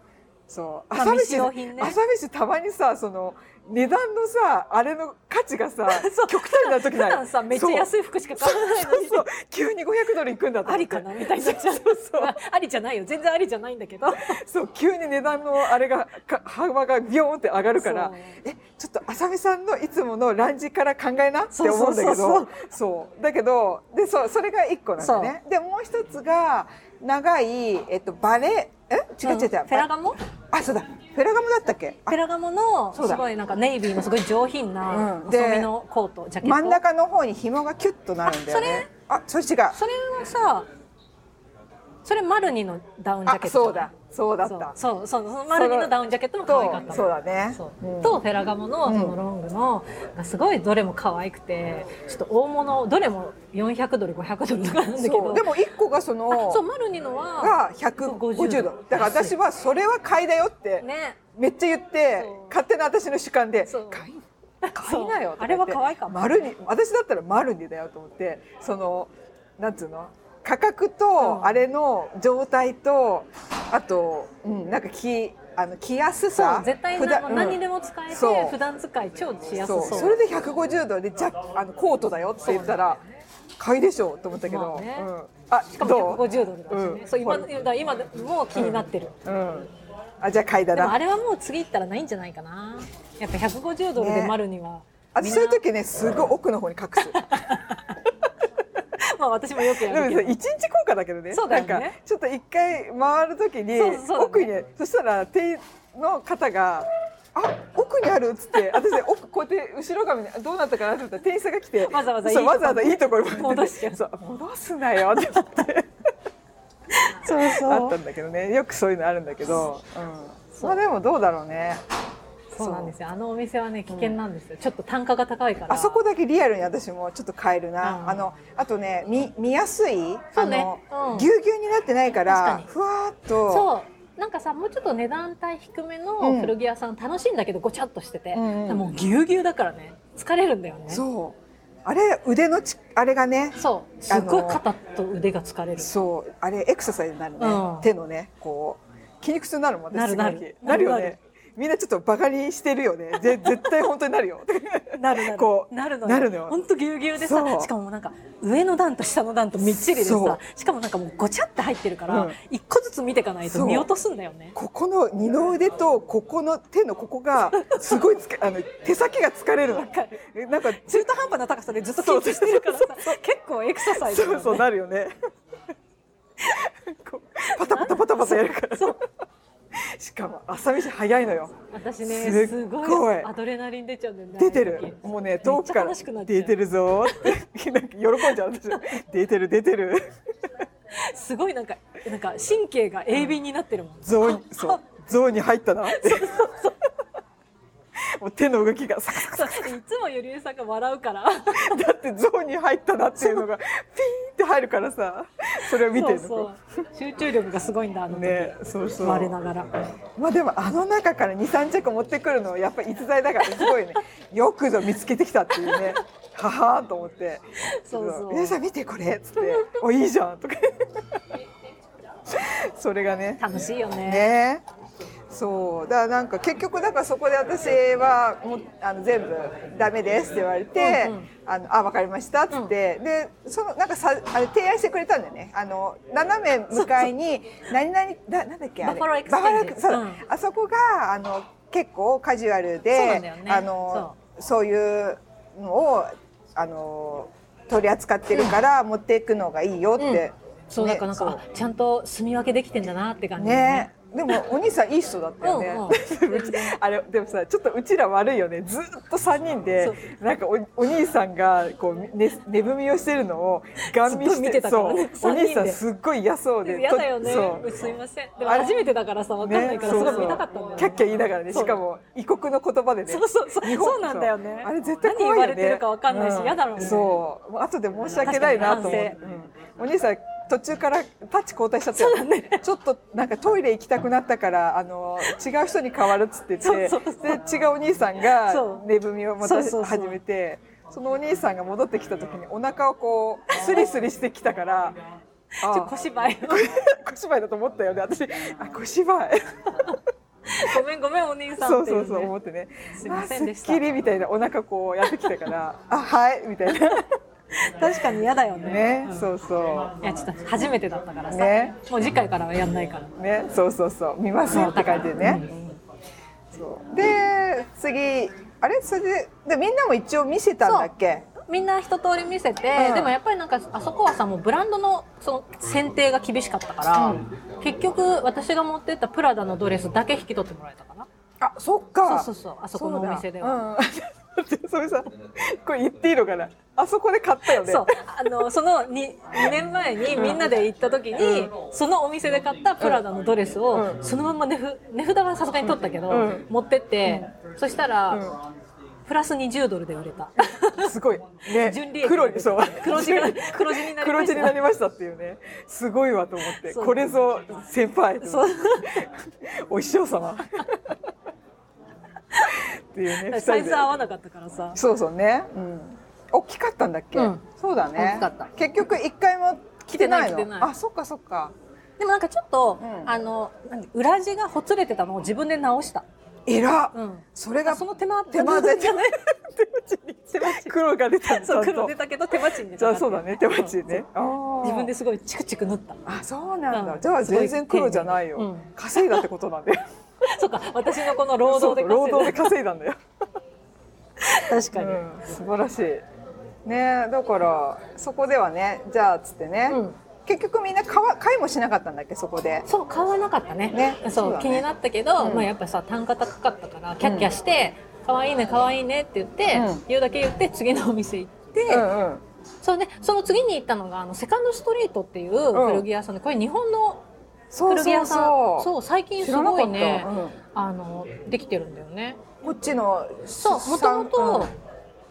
Speaker 1: そう
Speaker 2: まあ
Speaker 1: 朝
Speaker 2: 未使
Speaker 1: 飯、
Speaker 2: 用品ね
Speaker 1: 朝飯たまにさその値段のさあれの価値
Speaker 2: <laughs>
Speaker 1: がさ
Speaker 2: そう
Speaker 1: 極端な時
Speaker 2: 普
Speaker 1: ない
Speaker 2: 段さめっちゃ
Speaker 1: い
Speaker 2: 安い服しか買わないのに
Speaker 1: そう急に500ドルいくんだと思って
Speaker 2: ありかなみたいになっちゃうまあありじゃないよ全然ありじゃないんだけど
Speaker 1: そう急に値段のあれがか幅がビヨーンって上がるから
Speaker 2: そう
Speaker 1: えちょっと浅見さんのいつものランジから考えなって
Speaker 2: そう
Speaker 1: 思
Speaker 2: そううんそ
Speaker 1: だけどそう
Speaker 2: う
Speaker 1: だけどでそうそれが1個なんだねでもう一つが長い、えっと、バレえ違う違う違う、
Speaker 2: フェラガモ
Speaker 1: あそうだフェラガモだったっけあ
Speaker 2: フェラガモのす
Speaker 1: そうだ
Speaker 2: ごいなんかネイビーのすごい上品な
Speaker 1: うんで
Speaker 2: 細身のコートジャケット
Speaker 1: 真ん中の方に紐がキュッとなるんだよねあそれ違う
Speaker 2: それはさそれマルニのダウンジャケット
Speaker 1: あそうだそうだった
Speaker 2: そうそうそうそのマルニのダウンジャケットも可愛かった
Speaker 1: とそうだね
Speaker 2: そう
Speaker 1: うん
Speaker 2: とフェラガモのそのロングの、がすごいどれも可愛くてちょっと大物どれも400ドル500ドルとかなんだけ
Speaker 1: そ
Speaker 2: ど
Speaker 1: うでも1個がそ
Speaker 2: あ
Speaker 1: の
Speaker 2: そうマルニのは
Speaker 1: が150
Speaker 2: 150
Speaker 1: 度
Speaker 2: 度
Speaker 1: だから私はそれは買いだよって
Speaker 2: ね
Speaker 1: めっちゃ言って
Speaker 2: そう
Speaker 1: 勝手な私の主観で
Speaker 2: そう
Speaker 1: 買い買いなよ
Speaker 2: そうあれは可愛かった
Speaker 1: 丸に私だったら丸にだよと思ってそのなんつうの価格と
Speaker 2: うん
Speaker 1: あれの状態と、あと、うん、なんか着あの着やす
Speaker 2: そ
Speaker 1: さ
Speaker 2: う絶対
Speaker 1: 普
Speaker 2: な
Speaker 1: 段
Speaker 2: もう
Speaker 1: うん
Speaker 2: 何にでも使えて、
Speaker 1: そう
Speaker 2: 普段使い超しやす
Speaker 1: そ
Speaker 2: そうう
Speaker 1: それで150度でジャあのコートだよって言ったら買いでしょと思ったけど、
Speaker 2: まあね
Speaker 1: うん、あ
Speaker 2: しか
Speaker 1: ど
Speaker 2: も
Speaker 1: う、
Speaker 2: 150ドルだしね、
Speaker 1: うん
Speaker 2: そう今だから今でもう気になってる、
Speaker 1: うん、あじゃあ買いだ
Speaker 2: でもあ
Speaker 1: な
Speaker 2: れはもう次行ったらないんじゃないかなやっぱ150ドルでマルニは、
Speaker 1: あ
Speaker 2: みん
Speaker 1: そう
Speaker 2: な
Speaker 1: いう時ねすごい奥の方に隠
Speaker 2: <laughs>
Speaker 1: す
Speaker 2: まあ私もよく
Speaker 1: で
Speaker 2: や
Speaker 1: も
Speaker 2: る
Speaker 1: さ
Speaker 2: け
Speaker 1: 一日効果だけどね
Speaker 2: そうだよね
Speaker 1: なんかちょっと一回回る時に
Speaker 2: そうそうそうだね
Speaker 1: 奥にねそしたら店員の方が「あ奥にある」っつっ
Speaker 2: <laughs>
Speaker 1: て私ね奥こうやって後ろ髪にどうなったかなと思ったら店員さんが来て
Speaker 2: わざわざいい
Speaker 1: そう
Speaker 2: とこ
Speaker 1: わざわざいいところに
Speaker 2: 戻しちゃう
Speaker 1: そう戻すなよって思って。
Speaker 2: どそうそ
Speaker 1: あったんだけどねよくそういうのあるんだけど、うん、まあでもどうだろうね
Speaker 2: そうなんですよあのお店はね危険なんですよ、ちょっと単価が高いから
Speaker 1: あそこだけリアルに私もちょっと買えるな、
Speaker 2: うん
Speaker 1: あのあとね見見やすい、
Speaker 2: そ
Speaker 1: あ
Speaker 2: うね
Speaker 1: の
Speaker 2: うん
Speaker 1: ぎゅうぎゅうになってないから
Speaker 2: 確かに
Speaker 1: ふわーっと
Speaker 2: そうなんかさもうちょっと値段帯低め
Speaker 1: う
Speaker 2: の
Speaker 1: ん
Speaker 2: 古着屋さん、楽しいんだけどごちゃっとしてて、
Speaker 1: うんうん
Speaker 2: もうぎゅうぎゅうだからね疲れるんだよね
Speaker 1: そうあれ腕のちあれがね
Speaker 2: そうす
Speaker 1: あ
Speaker 2: っ
Speaker 1: の
Speaker 2: ごい肩と腕が疲れる
Speaker 1: そうあれエクササイズになるね、
Speaker 2: うん
Speaker 1: 手のねこう筋肉痛になるもん私
Speaker 2: なるなる
Speaker 1: 次の日なるよ
Speaker 2: なるな
Speaker 1: ねみんなちょっとバカにしてるよねぜ絶対本当になる
Speaker 2: <laughs>
Speaker 1: よ
Speaker 2: なるなる
Speaker 1: こう
Speaker 2: なるの
Speaker 1: なるのよ
Speaker 2: ほんとぎゅうぎゅうでさ
Speaker 1: そう
Speaker 2: しかもなんか上の段と下の段とみっちりで
Speaker 1: そう
Speaker 2: さしかもなんかもうごちゃって入ってるから、
Speaker 1: うん
Speaker 2: 一個ずつ見ていかない
Speaker 1: そ
Speaker 2: と
Speaker 1: う
Speaker 2: 見落とすんだよね
Speaker 1: ここの二の腕とここの手のここがすごいつけあの手先が疲れるの
Speaker 2: かる
Speaker 1: えなんか
Speaker 2: 中途半端な高さでずっとキープしてるからさ結構エクササイズだ
Speaker 1: そう
Speaker 2: よね
Speaker 1: そうなるよねこうパタパタパタパタやるから
Speaker 2: そう
Speaker 1: しかも朝飯早いのよ
Speaker 2: 私ね
Speaker 1: すっごい
Speaker 2: すごいアドレナリン出ちゃうんだよね
Speaker 1: 出て
Speaker 2: ああいう
Speaker 1: る
Speaker 2: 時
Speaker 1: もうね遠くから
Speaker 2: めっちゃ楽しくなっちゃう
Speaker 1: 出てるぞーってなんか喜んじゃう私出てる出てる
Speaker 2: すごいなんかなんか神経が鋭敏になってるもん、 <laughs>
Speaker 1: ゾーンそうゾーンに入ったなってもう手の動きがサクサ
Speaker 2: そういつもゆりえさんが笑うから
Speaker 1: クだってゾーンに入ったなっていうのがピーンって入るからさそれを見てるの
Speaker 2: そうそう集中力がすごいんだあの時、
Speaker 1: ねそうそう
Speaker 2: 我ながら
Speaker 1: まあでもあの中から23着持ってくるのはやっぱり逸材だからすごい
Speaker 2: <laughs>
Speaker 1: ねよくぞ見つけてきたっていうねははーんと思って
Speaker 2: そうそう
Speaker 1: 皆さん見てこれ」っつって「おいいじゃん」とか <laughs> それがね
Speaker 2: 楽しいよね
Speaker 1: ねそうだからなんか結局だからそこで私はもうあの全部ダメですって言われて、
Speaker 2: うんうん
Speaker 1: あのあ分かりましたっつって、でそのなんかさあれ提案してくれたんだよねあの斜め向かいに何々だなんだっけあれ
Speaker 2: バファローエクスチェンジ
Speaker 1: バファローエクそう
Speaker 2: う
Speaker 1: あそこがあの結構カジュアル
Speaker 2: そうなん
Speaker 1: で、
Speaker 2: だよね
Speaker 1: あのそういうのをあの取り扱ってるから持っていくのがいいよって、
Speaker 2: うんそう
Speaker 1: ね
Speaker 2: だからなん
Speaker 1: そ
Speaker 2: か、
Speaker 1: う
Speaker 2: あちゃんと住み分けできてんだなって感じだ
Speaker 1: ねでもお兄さんいい人だったよね。
Speaker 2: うんうん全然
Speaker 1: <laughs> あれでもさちょっとうちら悪いよねずーっと3人で
Speaker 2: そ
Speaker 1: なんかおお兄さんがこう、ね、寝踏みをしてるのをガン見し
Speaker 2: ずっと
Speaker 1: て
Speaker 2: 見てたからね
Speaker 1: そうお
Speaker 2: 三人で
Speaker 1: 兄さんすっごい嫌そうで
Speaker 2: 嫌だよね
Speaker 1: とそう
Speaker 2: すいませんでも初めてだからさわかんないからす
Speaker 1: ね
Speaker 2: ごい見たかったんだよね
Speaker 1: キャッキャ言いながらねしかも異国の言葉でね
Speaker 2: そうそうそう
Speaker 1: 日本
Speaker 2: そうなんだよね
Speaker 1: あれ絶対怖いよね
Speaker 2: 何言われてるかわかんないし
Speaker 1: う
Speaker 2: 嫌だろうね
Speaker 1: そうもう後で申し訳ないなと思って
Speaker 2: 確、
Speaker 1: うんお兄さん途中からタッチ交代しちゃったよねちょっとなんかトイレ行きたくなったからあの違う人に変わるっつってて
Speaker 2: そうそうそう
Speaker 1: で違うお兄さんが
Speaker 2: そう
Speaker 1: 寝踏みをまた
Speaker 2: そうそうそう
Speaker 1: 始めてそのお兄さんが戻ってきた時にお腹をこうスリスリしてきたからあ
Speaker 2: ちょ小芝居
Speaker 1: 小芝居だと思ったよね私あ小芝居
Speaker 2: ごめんごめんお兄さ
Speaker 1: そ
Speaker 2: んっ
Speaker 1: う
Speaker 2: てい
Speaker 1: そうう
Speaker 2: ね
Speaker 1: そう思ってね
Speaker 2: すいませんでした
Speaker 1: あっきりみたいなお腹こうやってきたからあはいみたいな
Speaker 2: 確かに嫌だよね
Speaker 1: ね
Speaker 2: うん
Speaker 1: そうそ
Speaker 2: いやちょっと初めてだったからさ、
Speaker 1: ね
Speaker 2: もう次回からはやんないから
Speaker 1: うねそうそうそう見ますよって感じでね、そうで次あれそれででみんなも一応見せたんだっけ
Speaker 2: みんな一通り見せて、
Speaker 1: うん
Speaker 2: でもやっぱりなんかあそこはさもうブランドのその選定が厳しかったから、結局私が持ってったプラダのドレスだけ引き取ってもらえたかな
Speaker 1: あそっか
Speaker 2: そうそうそうあそこのお店では
Speaker 1: はうんだってそれさこれ言っていいのかなあそこで買ったよね
Speaker 2: そうあのその 2, 2年前にみんなで行った時に、そのお店で買ったプラダのドレスを、
Speaker 1: う
Speaker 2: そのまま値ふ値札はさすがに取ったけど、
Speaker 1: うん
Speaker 2: 持ってって、そしたら、
Speaker 1: う
Speaker 2: プラス20ドルで売れた
Speaker 1: すごいね
Speaker 2: 純利益
Speaker 1: 黒にそう
Speaker 2: 黒字が黒字になりま
Speaker 1: 黒
Speaker 2: し
Speaker 1: 字にな
Speaker 2: た
Speaker 1: りましたっていうねすごいわと思って
Speaker 2: そう
Speaker 1: これぞ先輩と
Speaker 2: そ
Speaker 1: 思
Speaker 2: う
Speaker 1: ってお師匠様っていうね
Speaker 2: サイ
Speaker 1: 二人
Speaker 2: ズ
Speaker 1: で
Speaker 2: 合わなかったからさ
Speaker 1: そうそうね、うん、大きかったんだっけ、
Speaker 2: うん
Speaker 1: そうだね
Speaker 2: 大きかった
Speaker 1: 結局一回も着てないの
Speaker 2: 着てない着てない
Speaker 1: あそっかそっか
Speaker 2: でもなんかちょっと、
Speaker 1: うん
Speaker 2: あの何裏地がほつれてたのを自分で直した、
Speaker 1: えら、
Speaker 2: うん、
Speaker 1: それが
Speaker 2: その手間
Speaker 1: 手間
Speaker 2: じゃない
Speaker 1: 手間賃黒が出たんち
Speaker 2: そ
Speaker 1: ゃ
Speaker 2: うん黒
Speaker 1: と
Speaker 2: 出たけど手間賃で
Speaker 1: じゃあそうだね手間賃ねあー
Speaker 2: 自分ですごいチクチク縫った
Speaker 1: あそうなんだ、
Speaker 2: うん
Speaker 1: じゃあ全然黒じゃないよ、
Speaker 2: すごい丁寧にうん
Speaker 1: 稼いだってことなんだよ
Speaker 2: そっか私のこの <laughs> 労働で
Speaker 1: そう労働
Speaker 2: 稼いだ
Speaker 1: で稼いだんだよ
Speaker 2: 確かに、
Speaker 1: うん、素晴らしいねだからそこではねじゃあっつってね、
Speaker 2: うん
Speaker 1: 結局みんな買わ買いもしなかったんだっけそこで
Speaker 2: そう買わなかったね
Speaker 1: ね
Speaker 2: そう
Speaker 1: そうだね
Speaker 2: 気になったけど、
Speaker 1: うん
Speaker 2: まあ、やっぱさ単価高かったからキャッキャして「可、愛、いね可愛いね」って言って、
Speaker 1: うん
Speaker 2: 言うだけ言って次のお店行って、
Speaker 1: うんうん
Speaker 2: そうね、その次に行ったのがあのセカンドストリートっていうん古着屋さんで、これ日本の
Speaker 1: そう
Speaker 2: 古着
Speaker 1: そ
Speaker 2: 屋
Speaker 1: う
Speaker 2: さんそう
Speaker 1: そう
Speaker 2: 最近
Speaker 1: 知
Speaker 2: す
Speaker 1: らな
Speaker 2: ご
Speaker 1: か
Speaker 2: い
Speaker 1: った、
Speaker 2: ね、
Speaker 1: うん
Speaker 2: あのできてるんだよね
Speaker 1: こっちの
Speaker 2: そうもともと,、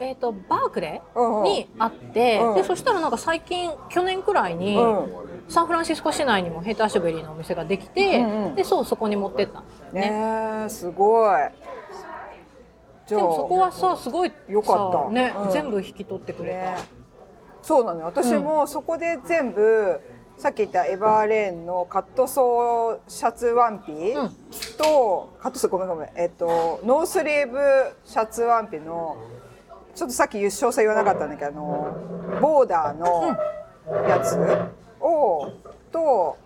Speaker 2: えー、とバークレ
Speaker 1: うん
Speaker 2: ーにあって、
Speaker 1: うん
Speaker 2: でそしたらなんか最近去年くらいに、
Speaker 1: うん
Speaker 2: サンフランシスコ市内にもヘイターシュベリーのお店ができて、
Speaker 1: うんうん
Speaker 2: でそうそこに持ってった
Speaker 1: ねえすごいじ
Speaker 2: で
Speaker 1: ゃあ
Speaker 2: もそこはさすごい
Speaker 1: よかった
Speaker 2: さね、
Speaker 1: うん
Speaker 2: 全部引き取ってくれた、
Speaker 1: ねそうなのよ私もそこで全部、さっき言ったエバーレーンのカットソーシャツワンピ
Speaker 2: うん
Speaker 1: と、カットソーごめんごめんえっとノースリーブシャツワンピのちょっとさっき詳細言わなかったんだけどあのボーダーのやつをと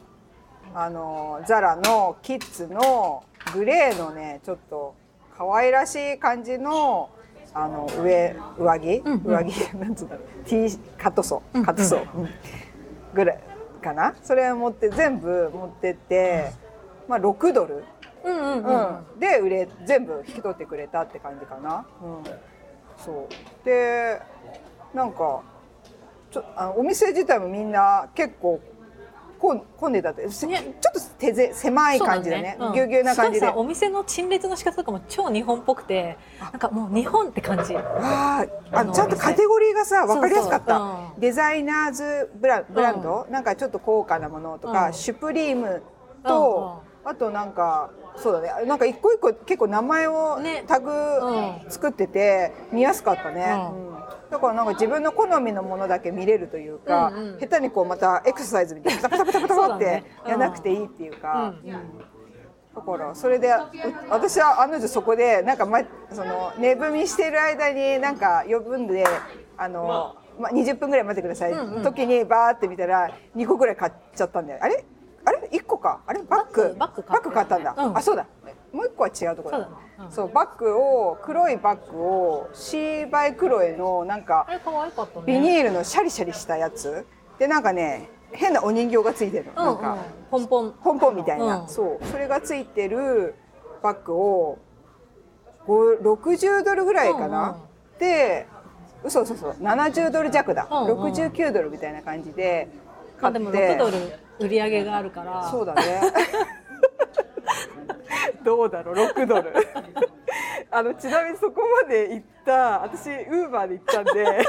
Speaker 1: あのザラのキッズのグレーのねちょっと可愛らしい感じのあの上上着、
Speaker 2: うんうん
Speaker 1: 上着 <laughs> なんつうんだろう T カットソ
Speaker 2: うん
Speaker 1: ー
Speaker 2: うん
Speaker 1: カットソー、うんぐらいかなそれを持って全部持ってって、まあ、6ドル
Speaker 2: うんうんうん、
Speaker 1: うん、で売れ全部引き取ってくれたって感じかな、うん、そうでなんかちょあのお店自体もみんな結構こん混んでたってせちょ
Speaker 2: ね
Speaker 1: っと手ぜ狭い感じだねぎゅうぎゅうな感じ
Speaker 2: す
Speaker 1: で
Speaker 2: ごいさお店の陳列の仕方とかも超日本っぽくてなんかもう日本って感じ
Speaker 1: あーあ
Speaker 2: あの
Speaker 1: ちゃんとカテゴリーがさ分かりやすかった
Speaker 2: そうそううん
Speaker 1: デザイナーズブラブランド、なんかちょっと高価なものとか、
Speaker 2: うん
Speaker 1: シュプリームと、あとなんかそうだねなんか一個一個結構名前を
Speaker 2: ね
Speaker 1: タグ
Speaker 2: う
Speaker 1: 作ってて見やすかったね、
Speaker 2: うん
Speaker 1: うんだからなんか自分の好みのものだけ見れるというか、
Speaker 2: うんうん
Speaker 1: 下手にこうまたエクササイズみたいにパタパタパタパタっ
Speaker 2: そうだ
Speaker 1: て
Speaker 2: ねうん
Speaker 1: やらなくていいっていうか。
Speaker 2: うん
Speaker 1: うんだからそれでう私は案の定そこでなんか、ま、その寝踏みしている間になんか呼ぶんであの、ま20分ぐらい待ってください、
Speaker 2: うんうん
Speaker 1: 時にバーって見たら2個ぐらい買っちゃったんだよあれあれ1個かあれバッグ
Speaker 2: バッグバッグ
Speaker 1: 買
Speaker 2: 買
Speaker 1: っ
Speaker 2: ったた
Speaker 1: ん
Speaker 2: ね
Speaker 1: だ、
Speaker 2: うん
Speaker 1: あそうだもう1個は違うところだ
Speaker 2: そうだねうん
Speaker 1: そうバッグを黒いバッグをシーバイクロエのなんか
Speaker 2: あれ可愛かったね
Speaker 1: ビニールのシャリシャリしたやつでなんかね変なお人形がついてるの、
Speaker 2: うん
Speaker 1: な
Speaker 2: うん
Speaker 1: んか。
Speaker 2: ポンポン
Speaker 1: ポンポンみたいな、
Speaker 2: うん
Speaker 1: そうそれがついてるバッグをご60ドルぐらいかな、
Speaker 2: うん
Speaker 1: で嘘そうそう70ドル弱だ、
Speaker 2: うんうん
Speaker 1: 69ドルみたいな感じで買
Speaker 2: あ
Speaker 1: って
Speaker 2: でも6ドル売り上げがあるから
Speaker 1: そうだ
Speaker 2: <laughs>
Speaker 1: ねどうだろう6ドルあのちなみにそこまで行った私ウーバーで行ったんで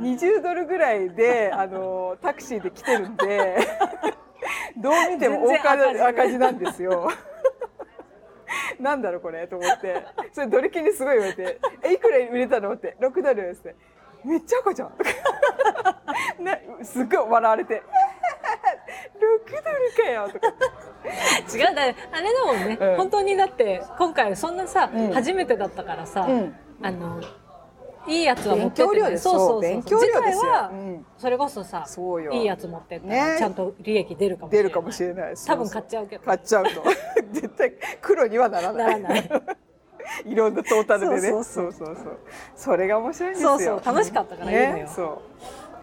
Speaker 1: 20ドルぐらいであのタクシーで来てるんで
Speaker 2: <laughs>
Speaker 1: どう見ても大
Speaker 2: 全
Speaker 1: 金
Speaker 2: 然
Speaker 1: 赤字なんですよ。 <laughs> なんだろうこれと思ってそれドリキンにすごい言われて「えいくら売れたの?」って「6ドル」ですって「めっちゃ赤じゃん」とか <laughs> ねすっごい笑われて「6ドルかよ」とか
Speaker 2: 違うだあれだもんね、
Speaker 1: うん
Speaker 2: 本当にだって今回そんなさ、
Speaker 1: うん
Speaker 2: 初めてだったからさ、
Speaker 1: うん
Speaker 2: あのいいやつは持
Speaker 1: 勉
Speaker 2: ってっ
Speaker 1: 強
Speaker 2: て
Speaker 1: 量
Speaker 2: ね
Speaker 1: です
Speaker 2: そうそうそう
Speaker 1: 勉強量ですよ
Speaker 2: 次回は、
Speaker 1: うん
Speaker 2: それこそさ
Speaker 1: そうよ
Speaker 2: いいやつ持ってったら
Speaker 1: ね
Speaker 2: ちゃんと利益出るかもしれ
Speaker 1: 出
Speaker 2: ない
Speaker 1: るかもしれない
Speaker 2: 多分買っちゃうけど
Speaker 1: 買っちゃうと <laughs> 絶対黒にはならない
Speaker 2: ならない
Speaker 1: いろんなトータルでね
Speaker 2: そ
Speaker 1: そうう
Speaker 2: そ
Speaker 1: そううそうそれが面白いんですよ
Speaker 2: そうそう楽しかったからいいのよ
Speaker 1: ね、そ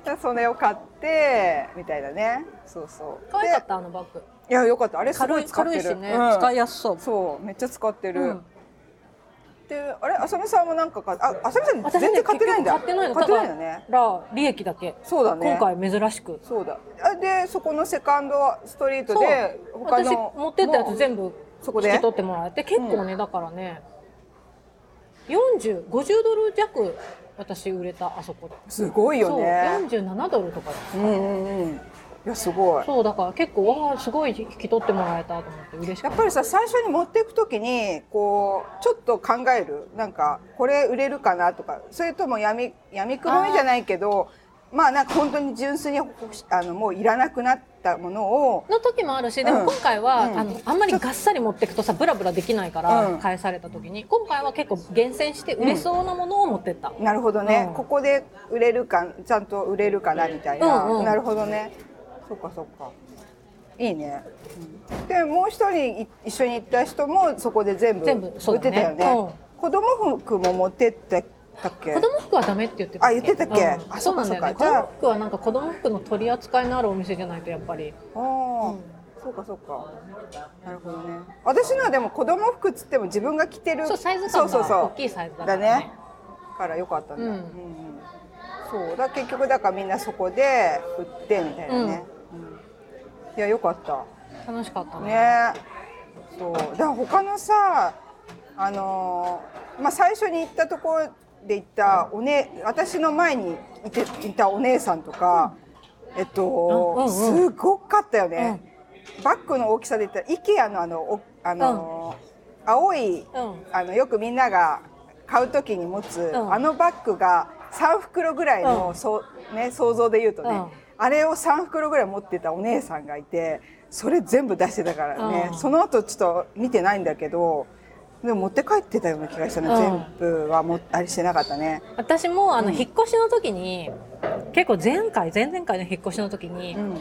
Speaker 1: うでそれを買ってみたいなねそうそう
Speaker 2: 可愛かっ
Speaker 1: で
Speaker 2: たあのバッグ
Speaker 1: いやよかったあれすご
Speaker 2: 軽
Speaker 1: い
Speaker 2: い
Speaker 1: 使っ
Speaker 2: 軽
Speaker 1: て
Speaker 2: い
Speaker 1: る
Speaker 2: しね、
Speaker 1: うん
Speaker 2: 使いやすそう
Speaker 1: そうめっちゃ使ってる、
Speaker 2: うん
Speaker 1: であれ浅見さんもなんか買っあ浅見さん
Speaker 2: ね
Speaker 1: 全然買ってないんだ
Speaker 2: 結局買ってないの
Speaker 1: 買ってないのね
Speaker 2: だから利益だけ
Speaker 1: そうだね
Speaker 2: 今回珍しく
Speaker 1: そうだあでそこのセカンドストリート
Speaker 2: そう
Speaker 1: で他
Speaker 2: 私
Speaker 1: の
Speaker 2: 持ってったやつ全部
Speaker 1: そこで
Speaker 2: 引き取ってもらえて結構ね、だからね4050ドル弱私売れたあそこです
Speaker 1: ごいよね
Speaker 2: そう47ドルとかで
Speaker 1: うんうんうんいやすごい
Speaker 2: そうだから結構わあすごい引き取ってもらえたと思って嬉しか
Speaker 1: や
Speaker 2: っ
Speaker 1: っぱりさ最初に持っていく時にこうちょっと考えるなんかこれ売れるかなとかそれとも闇闇黒いじゃないけどまあなんか本当に純粋に欲しあのもういらなくなったものを
Speaker 2: たの時もあるしで
Speaker 1: う
Speaker 2: も
Speaker 1: ん
Speaker 2: 今回は、
Speaker 1: うん
Speaker 2: あのあんまりがっさり持ってくとさブラブラできないから、
Speaker 1: うん
Speaker 2: 返された時に今回は結構厳選して売れそうなものを持ってった、
Speaker 1: なるほどね、
Speaker 2: うん
Speaker 1: ここで売れるかちゃんと売れるかなみたいな、
Speaker 2: うんうん
Speaker 1: なるほどねそっかそっかいいね、うんでもう一人い一緒に行った人もそこで全部
Speaker 2: 全部そう
Speaker 1: 売って
Speaker 2: だね
Speaker 1: たよね子供服も持ってってたっけ
Speaker 2: 子供服はダメって言ってた
Speaker 1: あ言ってたっけ
Speaker 2: うん
Speaker 1: あそ
Speaker 2: そ
Speaker 1: うっ
Speaker 2: な
Speaker 1: か
Speaker 2: ん
Speaker 1: そ
Speaker 2: だ
Speaker 1: っ
Speaker 2: よね
Speaker 1: か
Speaker 2: 子供服はなんか子供服の取り扱いのあるお店じゃないとやっぱり
Speaker 1: ああ、
Speaker 2: うん
Speaker 1: そうかそうかなるほどね私のはでも子供服っつっても自分が着てる
Speaker 2: そうサイズ感
Speaker 1: そうそう
Speaker 2: が
Speaker 1: そ
Speaker 2: 大
Speaker 1: う
Speaker 2: きいサイズだか
Speaker 1: だ
Speaker 2: ら
Speaker 1: ね
Speaker 2: ね。
Speaker 1: から良かったんだ。
Speaker 2: うん
Speaker 1: うんうんそうだ結局だからみんなそこで売ってみたいなね。うんいや良かった
Speaker 2: 楽しかったね
Speaker 1: ね。そうだから他のさあのーまあ最初に行ったところで行ったおね私の前にいていたお姉さんとか、えっと、
Speaker 2: あうん
Speaker 1: すごかったよね。バッグの大きさで言ったら IKEA のあのおあのー、青い
Speaker 2: うん
Speaker 1: あのよくみんなが買うときに持つ、
Speaker 2: ん
Speaker 1: あのバッグが3袋ぐらいの、
Speaker 2: うん
Speaker 1: そうね、想像で言うとね、
Speaker 2: うん
Speaker 1: あれを3袋ぐらい持ってたお姉さんがいてそれ全部出してたからね、
Speaker 2: うん
Speaker 1: その後ちょっと見てないんだけどでも持って帰ってたような気がしたね、
Speaker 2: うん
Speaker 1: 全部はもあれしてなかったね。
Speaker 2: 私もあの引っ越しの時に、結構前回前々回の引っ越しの時に、
Speaker 1: うん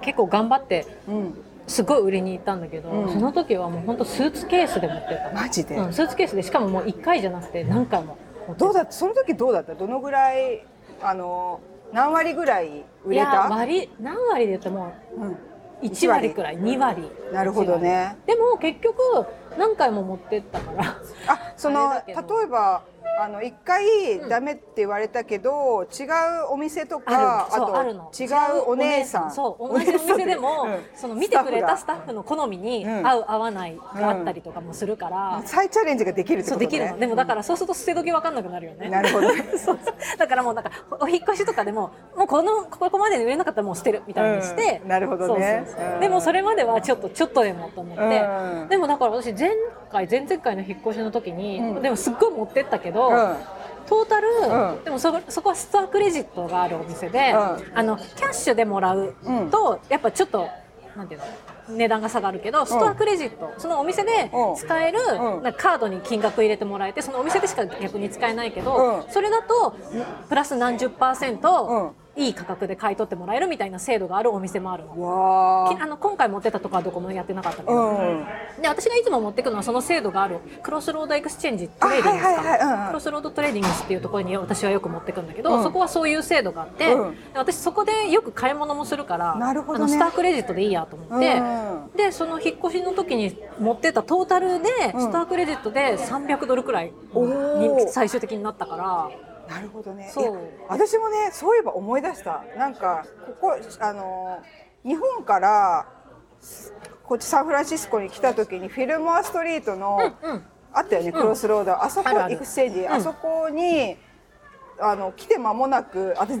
Speaker 2: 結構頑張って
Speaker 1: うん、
Speaker 2: すごい売りに行ったんだけど、
Speaker 1: うん
Speaker 2: その時はもう本当スーツケースで持ってったの
Speaker 1: マジで、
Speaker 2: うん、スーツケースでしかももう1回じゃなくて何回も持って
Speaker 1: どうだったその時どうだったどのぐらいあの何割ぐらい売れ
Speaker 2: いや
Speaker 1: た
Speaker 2: 割何割で言っても
Speaker 1: うん
Speaker 2: 1割くらい2割
Speaker 1: なるほどね
Speaker 2: でも結局何回も持ってったから
Speaker 1: あその
Speaker 2: あれだけ
Speaker 1: 例
Speaker 2: ど
Speaker 1: えばあの一回ダメって言われたけど、違うお店とか
Speaker 2: あるそうある
Speaker 1: と
Speaker 2: の
Speaker 1: 違うお姉さん
Speaker 2: そう同じお店でも、
Speaker 1: うん
Speaker 2: その見てくれたス
Speaker 1: スタ
Speaker 2: タッフの好みに
Speaker 1: うん
Speaker 2: 合う合わないがあったりとかもするから、
Speaker 1: ッフ再チャレンジができるって
Speaker 2: そ
Speaker 1: こ
Speaker 2: う
Speaker 1: と
Speaker 2: で
Speaker 1: ね
Speaker 2: きるのでもだからそうすると捨て時分かんなくなるよね、
Speaker 1: なるほど
Speaker 2: <laughs> そうだからもうなんかおお引っ越しとかでももうこのここまでに売れなかったらもう捨てるみたいにして、
Speaker 1: うんなるほどね
Speaker 2: そうそうそう
Speaker 1: うん
Speaker 2: でもそれまではちょっとちょっとでもと思って、
Speaker 1: うん
Speaker 2: でもだから私前回前々回の引っ越しの時に、
Speaker 1: うん
Speaker 2: でもすっごい持ってったけど、
Speaker 1: うん
Speaker 2: トータル、
Speaker 1: うん
Speaker 2: でもそそこはスタークレジットがあるお店で、
Speaker 1: う
Speaker 2: あのキャッシュでもらうと、やっぱちょっとなんていうの値段が下がるけどストアクレジット、そのお店で
Speaker 1: うん
Speaker 2: 使える、
Speaker 1: うん
Speaker 2: なんかカードに金額入れてもらえてそのお店でしか逆に使えないけど、
Speaker 1: うん
Speaker 2: それだとプラス何十パーセント、いい価格で買い取ってもらえるみたいな制度があるお店もあるの。
Speaker 1: わ
Speaker 2: きあ
Speaker 1: あ
Speaker 2: の今回持ってたとこはどこもやってなかったけど、
Speaker 1: うん
Speaker 2: で私がいつも持ってくのはその制度があるクロスロードエクスチェンジトレーディングス
Speaker 1: あ
Speaker 2: か、
Speaker 1: はいはいはいうんうん
Speaker 2: クロスロードトレーディングスっていうところに私はよく持ってくんだけど、
Speaker 1: うん
Speaker 2: そこはそういう制度があって、
Speaker 1: うん
Speaker 2: で私そこでよく買い物もするから
Speaker 1: なるほどね
Speaker 2: あのスタークレジットでいいやと思って、
Speaker 1: うん
Speaker 2: でその引っ越しの時に持ってたトータルで、
Speaker 1: うん
Speaker 2: スタークレジットで300ドルくらい
Speaker 1: おー
Speaker 2: に最終的になったから
Speaker 1: なるほどね
Speaker 2: そう
Speaker 1: いや私もねそういえば思い出したなんかここあの日本からこっちサンフランシスコに来た時にフィルモアストリートの、
Speaker 2: うんうん
Speaker 1: あったよね、
Speaker 2: うん
Speaker 1: クロスロードあそこ
Speaker 2: あるある
Speaker 1: エクスチェンジ、
Speaker 2: ん
Speaker 1: あそこにあの来て間もなく私全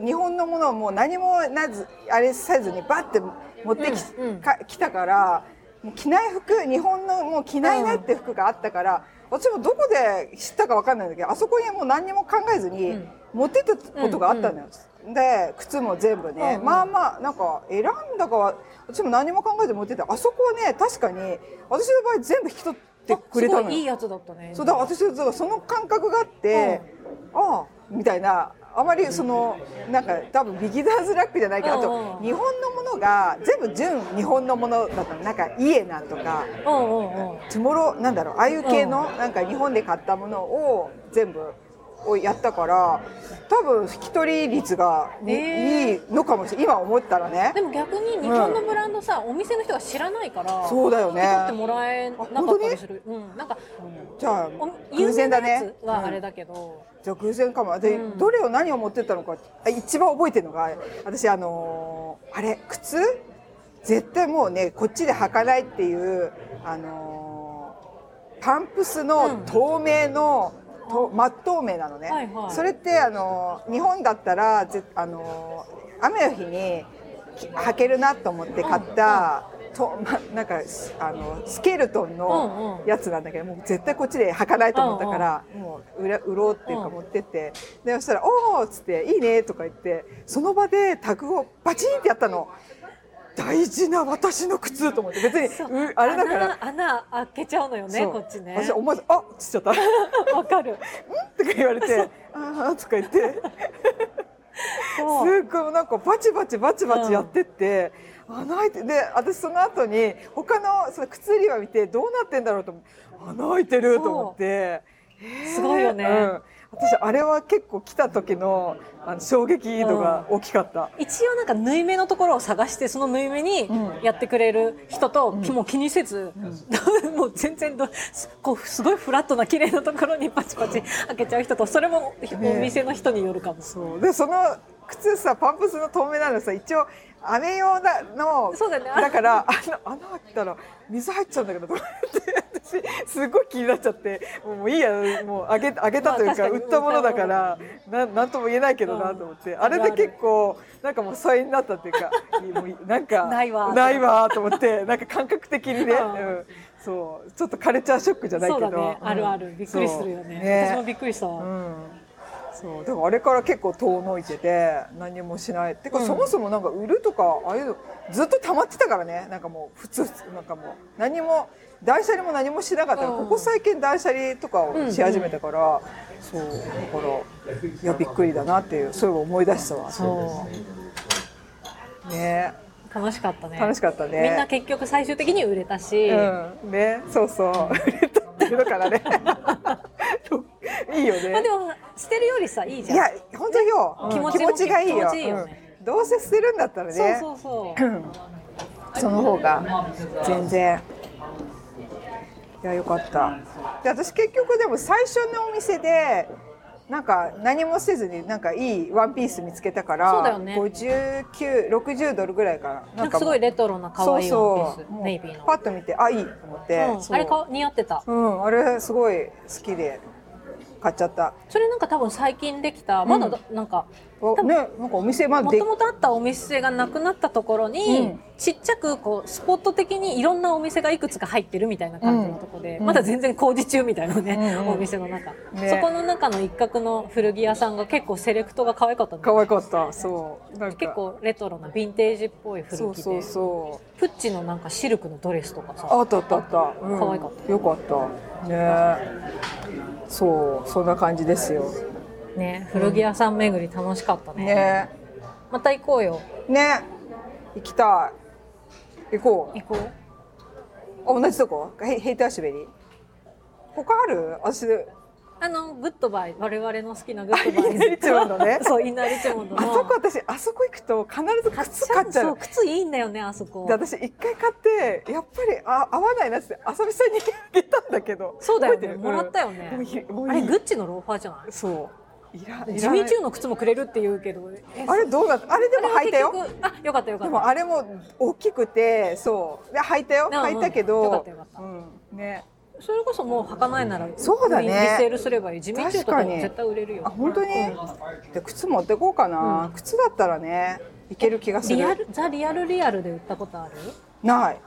Speaker 1: 部日本のものをもう何もなずあれせずにバッて持ってき,、
Speaker 2: うんうん
Speaker 1: か来たからもう着ない服日本のもう着ないなって服があったから、私もどこで知ったかわかんないんだけどあそこにもう何にも考えずに
Speaker 2: うん
Speaker 1: 持ってったことがあったのよ。で靴も全部ね、
Speaker 2: うん
Speaker 1: まあまあなんか選んだかは私も何も考えず持ってたあそこはね確かに私の場合全部引き取ってくれた
Speaker 2: あす
Speaker 1: の
Speaker 2: ごいいい
Speaker 1: よ。
Speaker 2: やつだったね
Speaker 1: そうだから私だからその感覚があって、ああみたいなあまりそのなんか多分ビギナーズラックじゃないけどあ
Speaker 2: うんうんう
Speaker 1: と
Speaker 2: ん
Speaker 1: 日本のものが全部純日本のものだったのなんかイエナとか。
Speaker 2: うんうんうん
Speaker 1: トゥモローなんだろうああいう系の、なんか日本で買ったものを全部をやったから多分引き取り率がいい,、
Speaker 2: ねえ
Speaker 1: いいのかもしれない今思ったらね
Speaker 2: でも逆に日本のブランドさ、お店の人が知らないから
Speaker 1: そうだよね
Speaker 2: 引き取ってもらえなかったりする、うん、なんか
Speaker 1: じゃあ
Speaker 2: お
Speaker 1: 偶
Speaker 2: 有名
Speaker 1: 然だ
Speaker 2: なや
Speaker 1: ね
Speaker 2: つはあれ
Speaker 1: うん
Speaker 2: だけど、
Speaker 1: じゃあ偶然かもで、
Speaker 2: うん
Speaker 1: どれを何を持ってったのかあ一番覚えてるのが私あのーあれ靴絶対もうねこっちで履かないっていうあのーパンプス
Speaker 2: う
Speaker 1: の
Speaker 2: ん
Speaker 1: 透明の、と真っ透明なのね、
Speaker 2: はいはい
Speaker 1: それってあのー日本だったらぜあのー雨の日にき履けるなと思って買った、とま、なんかあのスケルトン
Speaker 2: うん
Speaker 1: の
Speaker 2: うん
Speaker 1: やつなんだけど、もう絶対こっちで履かないと思ったから、もう売ら売ろうっていうか
Speaker 2: うん
Speaker 1: 持ってって、でそしたら「おお!」っつって「いいね」とか言ってその場でタグをバチンってやったの大事な私の靴と思って別にうあれだから。
Speaker 2: 穴穴開けちゃうのよね
Speaker 1: そう
Speaker 2: こっちね
Speaker 1: 私思わず「あっ!」っつっちゃった「ん?」
Speaker 2: <laughs> わかる
Speaker 1: とか言われて「ああ」とか言って
Speaker 2: そ
Speaker 1: す
Speaker 2: う
Speaker 1: ごいなんかバチバチバチバチやってって、穴開いてで私その後に他のその靴売り場見てどうなってんだろうと思って穴開いてると思って
Speaker 2: すごいよね
Speaker 1: うん私あれは結構来た時のあの衝撃度が大きかった、
Speaker 2: 一応なんか縫い目のところを探してその縫い目に
Speaker 1: うん
Speaker 2: やってくれる人と、もう気にせず、 <laughs> もう全然どすこうすごいフラットな綺麗なところにパチパチ開けちゃう人とそれもお店の人によるかも、
Speaker 1: そうでその靴さパンプスの透明なのさ一応雨用だの
Speaker 2: そうだよね
Speaker 1: だからあの穴開けたら水入っちゃうんだけどと思って私すごい気になっちゃってもういいやもうあげあげたという
Speaker 2: ま
Speaker 1: か,、
Speaker 2: あ確かに
Speaker 1: 売ったものだからななんとも言えないけどなと思って、あれで結構なんかもう疎遠になったっていうかもうなんか
Speaker 2: ないわー
Speaker 1: ないわーと思ってなんか感覚的にね、
Speaker 2: うん
Speaker 1: うんそうちょっとカルチャーショックじゃない
Speaker 2: そ
Speaker 1: け
Speaker 2: う
Speaker 1: ど
Speaker 2: だね、
Speaker 1: うん
Speaker 2: あるあるびっくりするよね
Speaker 1: そうね
Speaker 2: 私もびっくりした、わ
Speaker 1: うんそうでもあれから結構遠のいてて何もしないてか、
Speaker 2: うん
Speaker 1: そもそもなんか売るとかああいうのずっと溜まってたからねなんかもう普通なんかもう何も断捨離も何もしなかったから、
Speaker 2: うん
Speaker 1: ここ最近断捨離とかをし始めたから、そうだからいやびっくりだなっていうそういう思い出したわそうね
Speaker 2: 楽しかったね
Speaker 1: 楽しかったね
Speaker 2: みんな結局最終的に売れたし、
Speaker 1: うんねそうそう売れたっていうのから
Speaker 2: <laughs>
Speaker 1: ねいいよね
Speaker 2: まあでも捨てるよりさいいじゃ
Speaker 1: い
Speaker 2: ん
Speaker 1: や本当よ、
Speaker 2: 気持ち
Speaker 1: 気持ちがいいよ
Speaker 2: 気持ちいいよね
Speaker 1: うんどうせ捨てるんだったらね
Speaker 2: そうそうそう
Speaker 1: その方が全然いやよかったで私結局でも最初のお店でなんか何もせずになんかいいワンピース見つけたから
Speaker 2: そうだよね
Speaker 1: 5960ドルぐらいかな
Speaker 2: なんかす
Speaker 1: もう
Speaker 2: ごいレトロな可
Speaker 1: そう
Speaker 2: 愛いワン
Speaker 1: そ
Speaker 2: ピー
Speaker 1: う
Speaker 2: ス
Speaker 1: もう
Speaker 2: ネイビーの
Speaker 1: パッと見てあいいと思って、
Speaker 2: うん、あれか似合ってた
Speaker 1: うんあれすごい好きで買っちゃった
Speaker 2: それなんか多分最近できたまだだ、なんか
Speaker 1: お
Speaker 2: 多分
Speaker 1: ねなんかお店ま
Speaker 2: も
Speaker 1: で
Speaker 2: ともとあったお店がなくなったところに、
Speaker 1: うん
Speaker 2: ちっちゃくこうスポット的にいろんなお店がいくつか入ってるみたいな感じのとこで、
Speaker 1: うん
Speaker 2: まだ全然工事中みたいなね、
Speaker 1: うんうん
Speaker 2: お店の中、
Speaker 1: ね
Speaker 2: そこの中の一角の古着屋さんが結構セレクトが可愛かったの
Speaker 1: 可愛かったそうなんか
Speaker 2: 結構レトロなヴィンテージっぽい古着で
Speaker 1: そうそうそう
Speaker 2: プッチのなんかシルクのドレスとかさ
Speaker 1: あったあったあった、うん
Speaker 2: 可愛かった
Speaker 1: よかったねそうそんな感じですよ
Speaker 2: ね古着屋さん巡り楽しかったね
Speaker 1: ね
Speaker 2: また行こうよ
Speaker 1: ね行きたい行こう
Speaker 2: 行こう
Speaker 1: あ同じとこヘイヘイターシュベリー他ある私
Speaker 2: あのグッドバイ我々の好きなグッドバ
Speaker 1: あ
Speaker 2: イ
Speaker 1: インナーリッチモンドね
Speaker 2: そうインナーリッチモンドの
Speaker 1: あそこ私あそこ行くと必ず靴買っちゃ
Speaker 2: そうう靴いいんだよねあそこ
Speaker 1: で私一回買ってやっぱりあ合わないなっつって浅見さんにあげたんだけど
Speaker 2: そうだよ
Speaker 1: 覚え
Speaker 2: ね
Speaker 1: てる
Speaker 2: もらったよ
Speaker 1: うんもう
Speaker 2: ね
Speaker 1: いいもう
Speaker 2: あ
Speaker 1: いい
Speaker 2: れグッチのローファーじゃない
Speaker 1: そういらいらない
Speaker 2: ジミー・チューの靴もくれるって言うけどえ
Speaker 1: あれどうなったあれでも履いたよ
Speaker 2: あれは結局あよかったよか
Speaker 1: で
Speaker 2: っ
Speaker 1: も
Speaker 2: た
Speaker 1: あれも大きくてそうで履いたよ
Speaker 2: うんうん
Speaker 1: 履いたけ
Speaker 2: よかっ
Speaker 1: ど
Speaker 2: たよかった
Speaker 1: うんね
Speaker 2: それこそもう履かないなら
Speaker 1: そうだね
Speaker 2: リセールすればいいジミー・チューとか
Speaker 1: 確か
Speaker 2: も
Speaker 1: に
Speaker 2: 絶対売れるよ
Speaker 1: あ本当にで靴持ってこうかな靴だったらねいける気がす
Speaker 2: リア
Speaker 1: る
Speaker 2: ルザ・リアル・リアルで売ったことある
Speaker 1: ない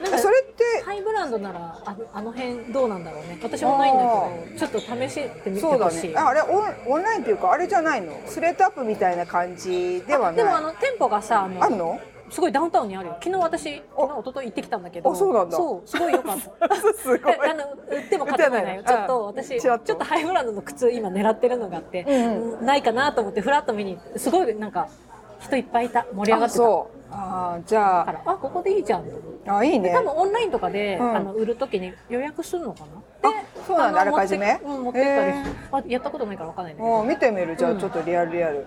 Speaker 2: なん
Speaker 1: え
Speaker 2: か
Speaker 1: それって
Speaker 2: ハイブランドならあのあの辺どうなんだろうね私もないんだけどちょっと試してみて
Speaker 1: そうだ
Speaker 2: ほしい
Speaker 1: ねああれオンオンラインっていうかあれじゃないのスレッドアップみたいな感じでは
Speaker 2: でもあ
Speaker 1: ない
Speaker 2: の店舗がさあの
Speaker 1: あるの <laughs>
Speaker 2: すごいダウンタウンにあるよ昨日私昨日一昨日行ってきたんだけど
Speaker 1: あそうなんだ
Speaker 2: そうすごい良かっ
Speaker 1: <laughs>
Speaker 2: た
Speaker 1: すごい
Speaker 2: であの売っても買ってもないよ
Speaker 1: <laughs> 売っ
Speaker 2: ち
Speaker 1: て
Speaker 2: ょ
Speaker 1: ない
Speaker 2: っと私
Speaker 1: うん
Speaker 2: ち
Speaker 1: ち
Speaker 2: ょ
Speaker 1: ら
Speaker 2: っ
Speaker 1: っ
Speaker 2: と
Speaker 1: と
Speaker 2: ハイブランドの靴今狙ってるのがあって、
Speaker 1: うん
Speaker 2: ないかなと思ってふらっと見に行ってすごいなんか人いっぱいいた盛り上が
Speaker 1: あ
Speaker 2: ってた
Speaker 1: そうあーじ
Speaker 2: か
Speaker 1: ゃ
Speaker 2: らあここでいいじゃんと思って
Speaker 1: ああいいね
Speaker 2: 多分オンラインとかで、
Speaker 1: うん
Speaker 2: あの売るときに予約するのかな
Speaker 1: あそうなんだあら
Speaker 2: の
Speaker 1: かじめ
Speaker 2: 持ってうん持ってったり
Speaker 1: へー
Speaker 2: あやったことないからわかんないんだけど
Speaker 1: もう見てみるじゃ
Speaker 2: う
Speaker 1: あ
Speaker 2: ん
Speaker 1: ちょっとリアルリアル、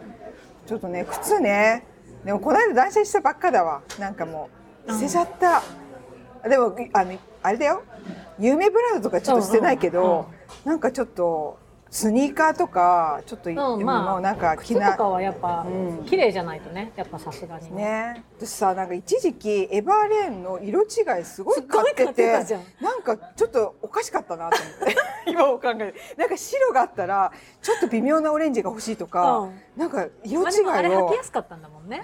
Speaker 1: ちょっとね靴ねでもこの間断捨離したばっかだわなんかもう捨てちゃった、でもあのあれだよ有名ブランドとかちょっと捨てないけど、
Speaker 2: うんうんうん
Speaker 1: なんかちょっとスニーカーとかちょっと、
Speaker 2: うんまあ
Speaker 1: もうなんか
Speaker 2: 靴
Speaker 1: 着
Speaker 2: と
Speaker 1: な
Speaker 2: かはやっぱ、
Speaker 1: うん
Speaker 2: 綺麗じゃないとねやっぱさすがに
Speaker 1: ね私さなんか一時期エバーレーンの色違いすごい買って
Speaker 2: すっごい買って
Speaker 1: て
Speaker 2: たじゃん
Speaker 1: なんかちょっとおかしかったなと思っ
Speaker 2: <laughs>
Speaker 1: て今お考えなんか白があったらちょっと微妙なオレンジが欲しいとか、
Speaker 2: うん
Speaker 1: なんか色違
Speaker 2: まあ、でもあれ
Speaker 1: い
Speaker 2: 履
Speaker 1: を
Speaker 2: きやすかったんだもんね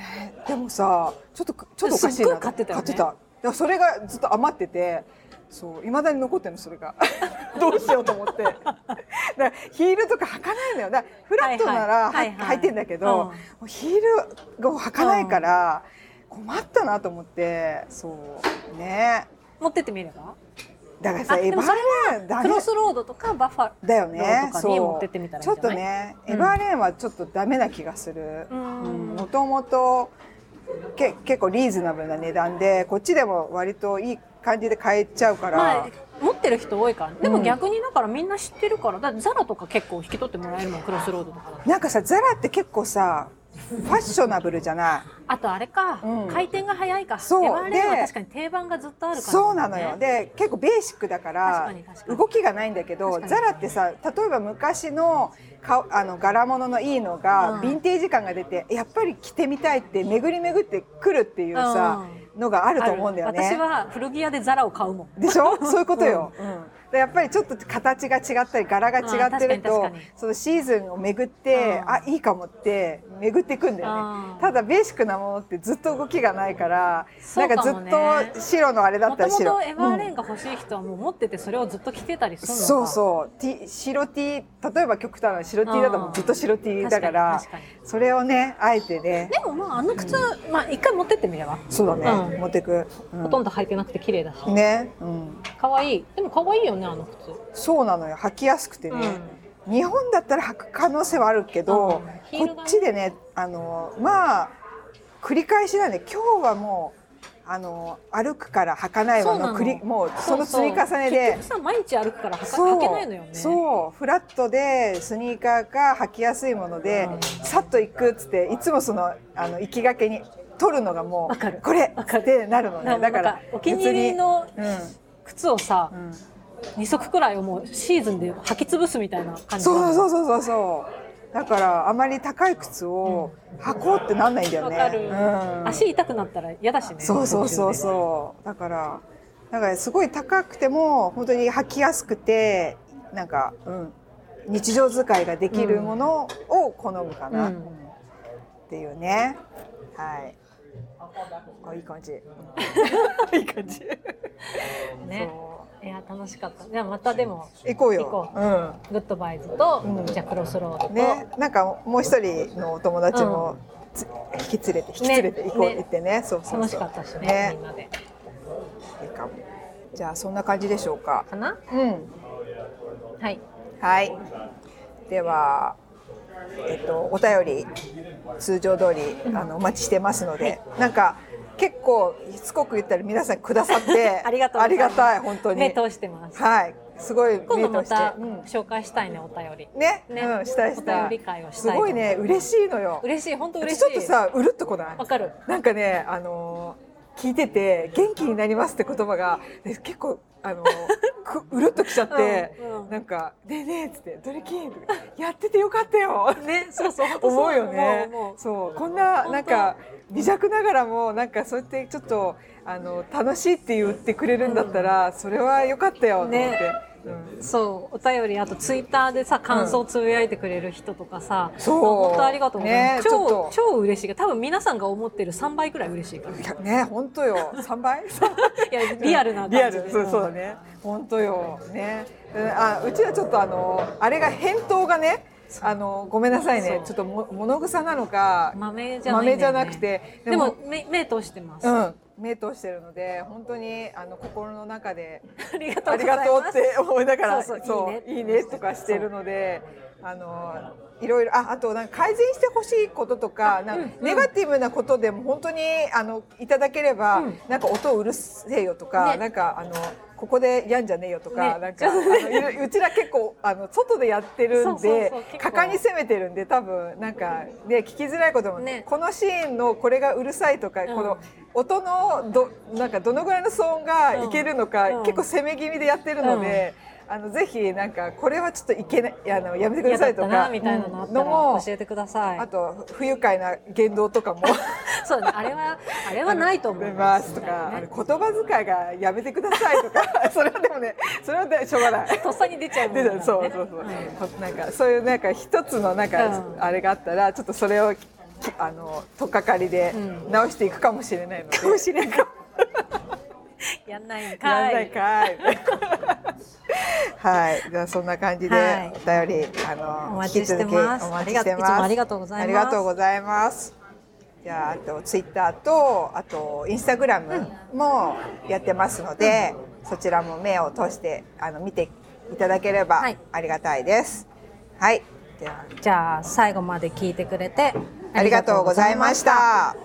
Speaker 1: でもさちょっとちょっとおかしいな
Speaker 2: すっごい買ってたよね
Speaker 1: 買ってただからそれがずっと余っててそういまだに残ってるのそれ
Speaker 2: <laughs>
Speaker 1: がどうしようと思ってだからヒールとか履かないのよだからフラットなら
Speaker 2: はいはい
Speaker 1: は
Speaker 2: はいはい
Speaker 1: 履いてんだけど、
Speaker 2: うん
Speaker 1: もうヒールを履かないから困ったなと思ってそうね
Speaker 2: 持ってってみれば
Speaker 1: だからさ
Speaker 2: あ
Speaker 1: エヴ
Speaker 2: で
Speaker 1: ァ
Speaker 2: もそれ
Speaker 1: レーンダ
Speaker 2: ク
Speaker 1: メ
Speaker 2: ロスロードとかバッファ
Speaker 1: だよ
Speaker 2: ロ
Speaker 1: ね
Speaker 2: ーとかに持
Speaker 1: そ
Speaker 2: っ
Speaker 1: う
Speaker 2: てってみたらいい
Speaker 1: ち
Speaker 2: ん
Speaker 1: ょ
Speaker 2: じ
Speaker 1: っと
Speaker 2: ゃない
Speaker 1: ね、
Speaker 2: うん
Speaker 1: エヴァーレーンはちょっとダメな気がする
Speaker 2: うん
Speaker 1: もともとけ結構リーズナブルな値段でこっちでも割といい感じで買えちゃうから、
Speaker 2: まあ持ってる人多いからでも
Speaker 1: うん
Speaker 2: 逆にだからみんな知ってるからだってザラとか結構引き取ってもらえるもんクロスロードとかだと
Speaker 1: なんかさザラって結構さファッショナブルじゃない
Speaker 2: あとあれか、
Speaker 1: うん
Speaker 2: 回転が早いか
Speaker 1: そう
Speaker 2: エヴァレーンは
Speaker 1: で
Speaker 2: 確かに定番がずっとあるから、ね、
Speaker 1: そうなのよで結構ベーシックだから
Speaker 2: 確かに確かに
Speaker 1: 動きがないんだけど
Speaker 2: 確かに
Speaker 1: ザラってさ例えば昔のかあの柄物のいいのが、
Speaker 2: うん
Speaker 1: ヴィンテージ感が出てやっぱり着てみたいって巡り巡ってくるっていうさ、のがあると思うんだよね。
Speaker 2: ある私は古着屋でザラを買うもん
Speaker 1: でし
Speaker 2: <laughs>
Speaker 1: ょそういうことよ、でやっぱりちょっと形が違ったり柄が違ってる
Speaker 2: うん確
Speaker 1: と
Speaker 2: かに確かに
Speaker 1: そのシーズンを巡って、
Speaker 2: うん
Speaker 1: あいいかもって巡っていくんだよ
Speaker 2: う
Speaker 1: ね
Speaker 2: ん
Speaker 1: ただベーシックなものってずっと動きがないから、
Speaker 2: そ
Speaker 1: な
Speaker 2: うん
Speaker 1: か
Speaker 2: か
Speaker 1: ず
Speaker 2: もね
Speaker 1: っと白のあれだ
Speaker 2: も
Speaker 1: った
Speaker 2: と
Speaker 1: ら
Speaker 2: もと
Speaker 1: 白
Speaker 2: エヴァレ
Speaker 1: う
Speaker 2: ー
Speaker 1: ん
Speaker 2: ンが欲しい人はもう持っててそれをずっと着てたりするのか
Speaker 1: そうそう T 白 T 例えば極端な白 T だともうずっと白 T だから
Speaker 2: 確かに確か
Speaker 1: それをねあえてね
Speaker 2: にでもまああの靴、まあ一回持ってってみれば、
Speaker 1: そうだね、
Speaker 2: うん
Speaker 1: 持ってく、うん
Speaker 2: ほとんど履いてなくて綺麗だし
Speaker 1: ね、うん、
Speaker 2: 可愛いでも可愛いよねあの靴
Speaker 1: そうなのよ履きやすくてね、日本だったら履く可能性はあるけど、
Speaker 2: うんヒー
Speaker 1: こ
Speaker 2: ルがね
Speaker 1: っちでねあのまあ繰り返しなんで今日はもうあの歩くから履かないわ
Speaker 2: そうなの
Speaker 1: の繰りもうその
Speaker 2: そう
Speaker 1: 積み重ねで
Speaker 2: 結局さ毎日歩くから履か
Speaker 1: そう
Speaker 2: 履けないのよね
Speaker 1: そうフラットでスニーカーか履きやすいもので、
Speaker 2: うん
Speaker 1: さっと行くっつっていつもそのあの行きがけに取るのがも
Speaker 2: わかる
Speaker 1: うこれ
Speaker 2: わかる
Speaker 1: ってなるの
Speaker 2: な
Speaker 1: ねだか
Speaker 2: なん
Speaker 1: ら
Speaker 2: お気に入りの
Speaker 1: 別に
Speaker 2: 靴をさ
Speaker 1: うん、うん
Speaker 2: 2足くらいをもうシーズンで履き潰すみたいな感じ
Speaker 1: そうそううそうそうそうだからあまり高い靴を履こうってなんないんだよ
Speaker 2: わ
Speaker 1: ね、
Speaker 2: かる、
Speaker 1: うん、
Speaker 2: 足痛くなったら嫌だしね
Speaker 1: そうそうそう
Speaker 2: 途中
Speaker 1: そうだからなんかすごい高くても本当に履きやすくてなんか、うん、日常使いができるものを好むかな、
Speaker 2: うん
Speaker 1: っていうねはいあいい感じ、
Speaker 2: で <laughs> いい感じね
Speaker 1: そ
Speaker 2: いや楽しかったじゃあまたでも
Speaker 1: う行こうよ
Speaker 2: 行こ
Speaker 1: う、
Speaker 2: グッドバイズと、
Speaker 1: うん
Speaker 2: じゃあクロスロードと、
Speaker 1: ん、ねなんかもう一人のお友達も、つ引き連れて引き連れて行こうって言ってねそうそうそう
Speaker 2: 楽しかったしねみんなで
Speaker 1: いいかもじゃあそんな感じでしょうか
Speaker 2: かな
Speaker 1: うん
Speaker 2: はい
Speaker 1: はい。では、えっとお便り通常通りあのお待ちしてますので、なんか結構しつこく言ったら皆さんくださって
Speaker 2: <laughs> ありがとうございます
Speaker 1: たい本当に。
Speaker 2: 目通してます
Speaker 1: はい。すごい
Speaker 2: 今
Speaker 1: 目
Speaker 2: 度
Speaker 1: 通
Speaker 2: ま
Speaker 1: して。
Speaker 2: た
Speaker 1: うん
Speaker 2: 紹介したいねお便り
Speaker 1: ね
Speaker 2: ね
Speaker 1: うん、したいした
Speaker 2: お便
Speaker 1: い
Speaker 2: り会をしたい
Speaker 1: すごいね嬉しいのよ
Speaker 2: 嬉しい本当嬉しい
Speaker 1: ちょっとさうるっとこない
Speaker 2: わかる
Speaker 1: なんかね、あのー聞いてて元気になりますって言葉がね結構あ
Speaker 2: <laughs>
Speaker 1: のーくうるっときちゃって、
Speaker 2: うんうん
Speaker 1: なんかねえねえっつってドリキンとかやっててよかったよ。
Speaker 2: ねそう <laughs> そう本当そう
Speaker 1: 思うよね
Speaker 2: 思う思う
Speaker 1: そうこんな
Speaker 2: 本当
Speaker 1: なんか微弱ながらもなんかそうやってちょっとあの楽しいって言ってくれるんだったら、それはよかったよと思って、
Speaker 2: ね
Speaker 1: うん
Speaker 2: そうお便りあとツイッターでさ感想をつぶやいてくれる人とかさ、
Speaker 1: そう
Speaker 2: 本当ありがとうございま
Speaker 1: ね
Speaker 2: す、
Speaker 1: ちょ
Speaker 2: 超
Speaker 1: っと
Speaker 2: 超嬉しいから多分皆さんが思ってる3倍くらい嬉しいから
Speaker 1: いやね本当よ三
Speaker 2: <laughs>
Speaker 1: 倍
Speaker 2: いやリアルな感
Speaker 1: <laughs>
Speaker 2: じ
Speaker 1: リ
Speaker 2: で
Speaker 1: アルそうそうだね本当よねうんあうちはちょっとあのあれが返答がねあのごめんなさいねちょ
Speaker 2: そ
Speaker 1: っとも物草なのか
Speaker 2: 豆じゃない
Speaker 1: 豆
Speaker 2: んだよね
Speaker 1: じゃなくて
Speaker 2: でも目目通してます、
Speaker 1: う
Speaker 2: あ
Speaker 1: ん目通してるので本当にあの心の中で
Speaker 2: りがと
Speaker 1: あ
Speaker 2: うご
Speaker 1: り
Speaker 2: ざい
Speaker 1: がとう
Speaker 2: ま
Speaker 1: っ
Speaker 2: す
Speaker 1: て思いながら
Speaker 2: そうそう
Speaker 1: そう
Speaker 2: い
Speaker 1: い
Speaker 2: い
Speaker 1: い
Speaker 2: ね
Speaker 1: ねとかしてるのであのいろいろああとなんか改善してほしいこととかなんかネガティブなことでも本当にあのいただければ、
Speaker 2: うん
Speaker 1: なんか音うるせえよとか、
Speaker 2: ね
Speaker 1: なんかあのここでやんじゃねえよとか、
Speaker 2: ね
Speaker 1: なんかあのいろうちら結構あの外でやってるん
Speaker 2: そうそう
Speaker 1: で
Speaker 2: そう結構
Speaker 1: 果敢に攻めてるんで多分なんかね聞きづらいことも、
Speaker 2: ね
Speaker 1: このシーンのこれがうるさいとか、
Speaker 2: うん
Speaker 1: この音のどなんかどのぐらいの騒音がいけるのか、
Speaker 2: うん
Speaker 1: 結構攻め気味でやってるので、あのぜひなんかこれはちょっといけないあのやめてくださいと
Speaker 2: 嫌だ
Speaker 1: か
Speaker 2: ったなみたいなのあっ
Speaker 1: うん
Speaker 2: たら
Speaker 1: も
Speaker 2: 教えてください、
Speaker 1: あと不愉快な言動とかも
Speaker 2: そうだねあれはあれはないと思い
Speaker 1: ま
Speaker 2: ま
Speaker 1: すすとか、あの
Speaker 2: ね
Speaker 1: 言葉遣いがやめてくださいとか <laughs> それはでもねそれはねしょうがない。
Speaker 2: とっさに出ちゃうもん
Speaker 1: で <laughs>
Speaker 2: だからね
Speaker 1: そうそうそう、なんかそういうなんか一つのなんか、
Speaker 2: うん
Speaker 1: あれがあったらちょっとそれをきあのとっかかりで
Speaker 2: うん
Speaker 1: 直していくかもしれないので、
Speaker 2: もしれんかやんないんかい
Speaker 1: やんないかい。
Speaker 2: <laughs>
Speaker 1: はい、じゃあそんな感じで
Speaker 2: はい
Speaker 1: お便り、あの
Speaker 2: お待ちして
Speaker 1: 引
Speaker 2: ます
Speaker 1: き続きお待ちして
Speaker 2: ありがとういつ
Speaker 1: ます。
Speaker 2: もありがとうございます
Speaker 1: ありがとうございます。じゃああとツイッターとあとインスタグラムもやってますので、そちらも目を通してあの見ていただければ
Speaker 2: はい
Speaker 1: ありがたいです。はい、では
Speaker 2: じゃあ最後まで聞いてくれて
Speaker 1: ありがとうございました。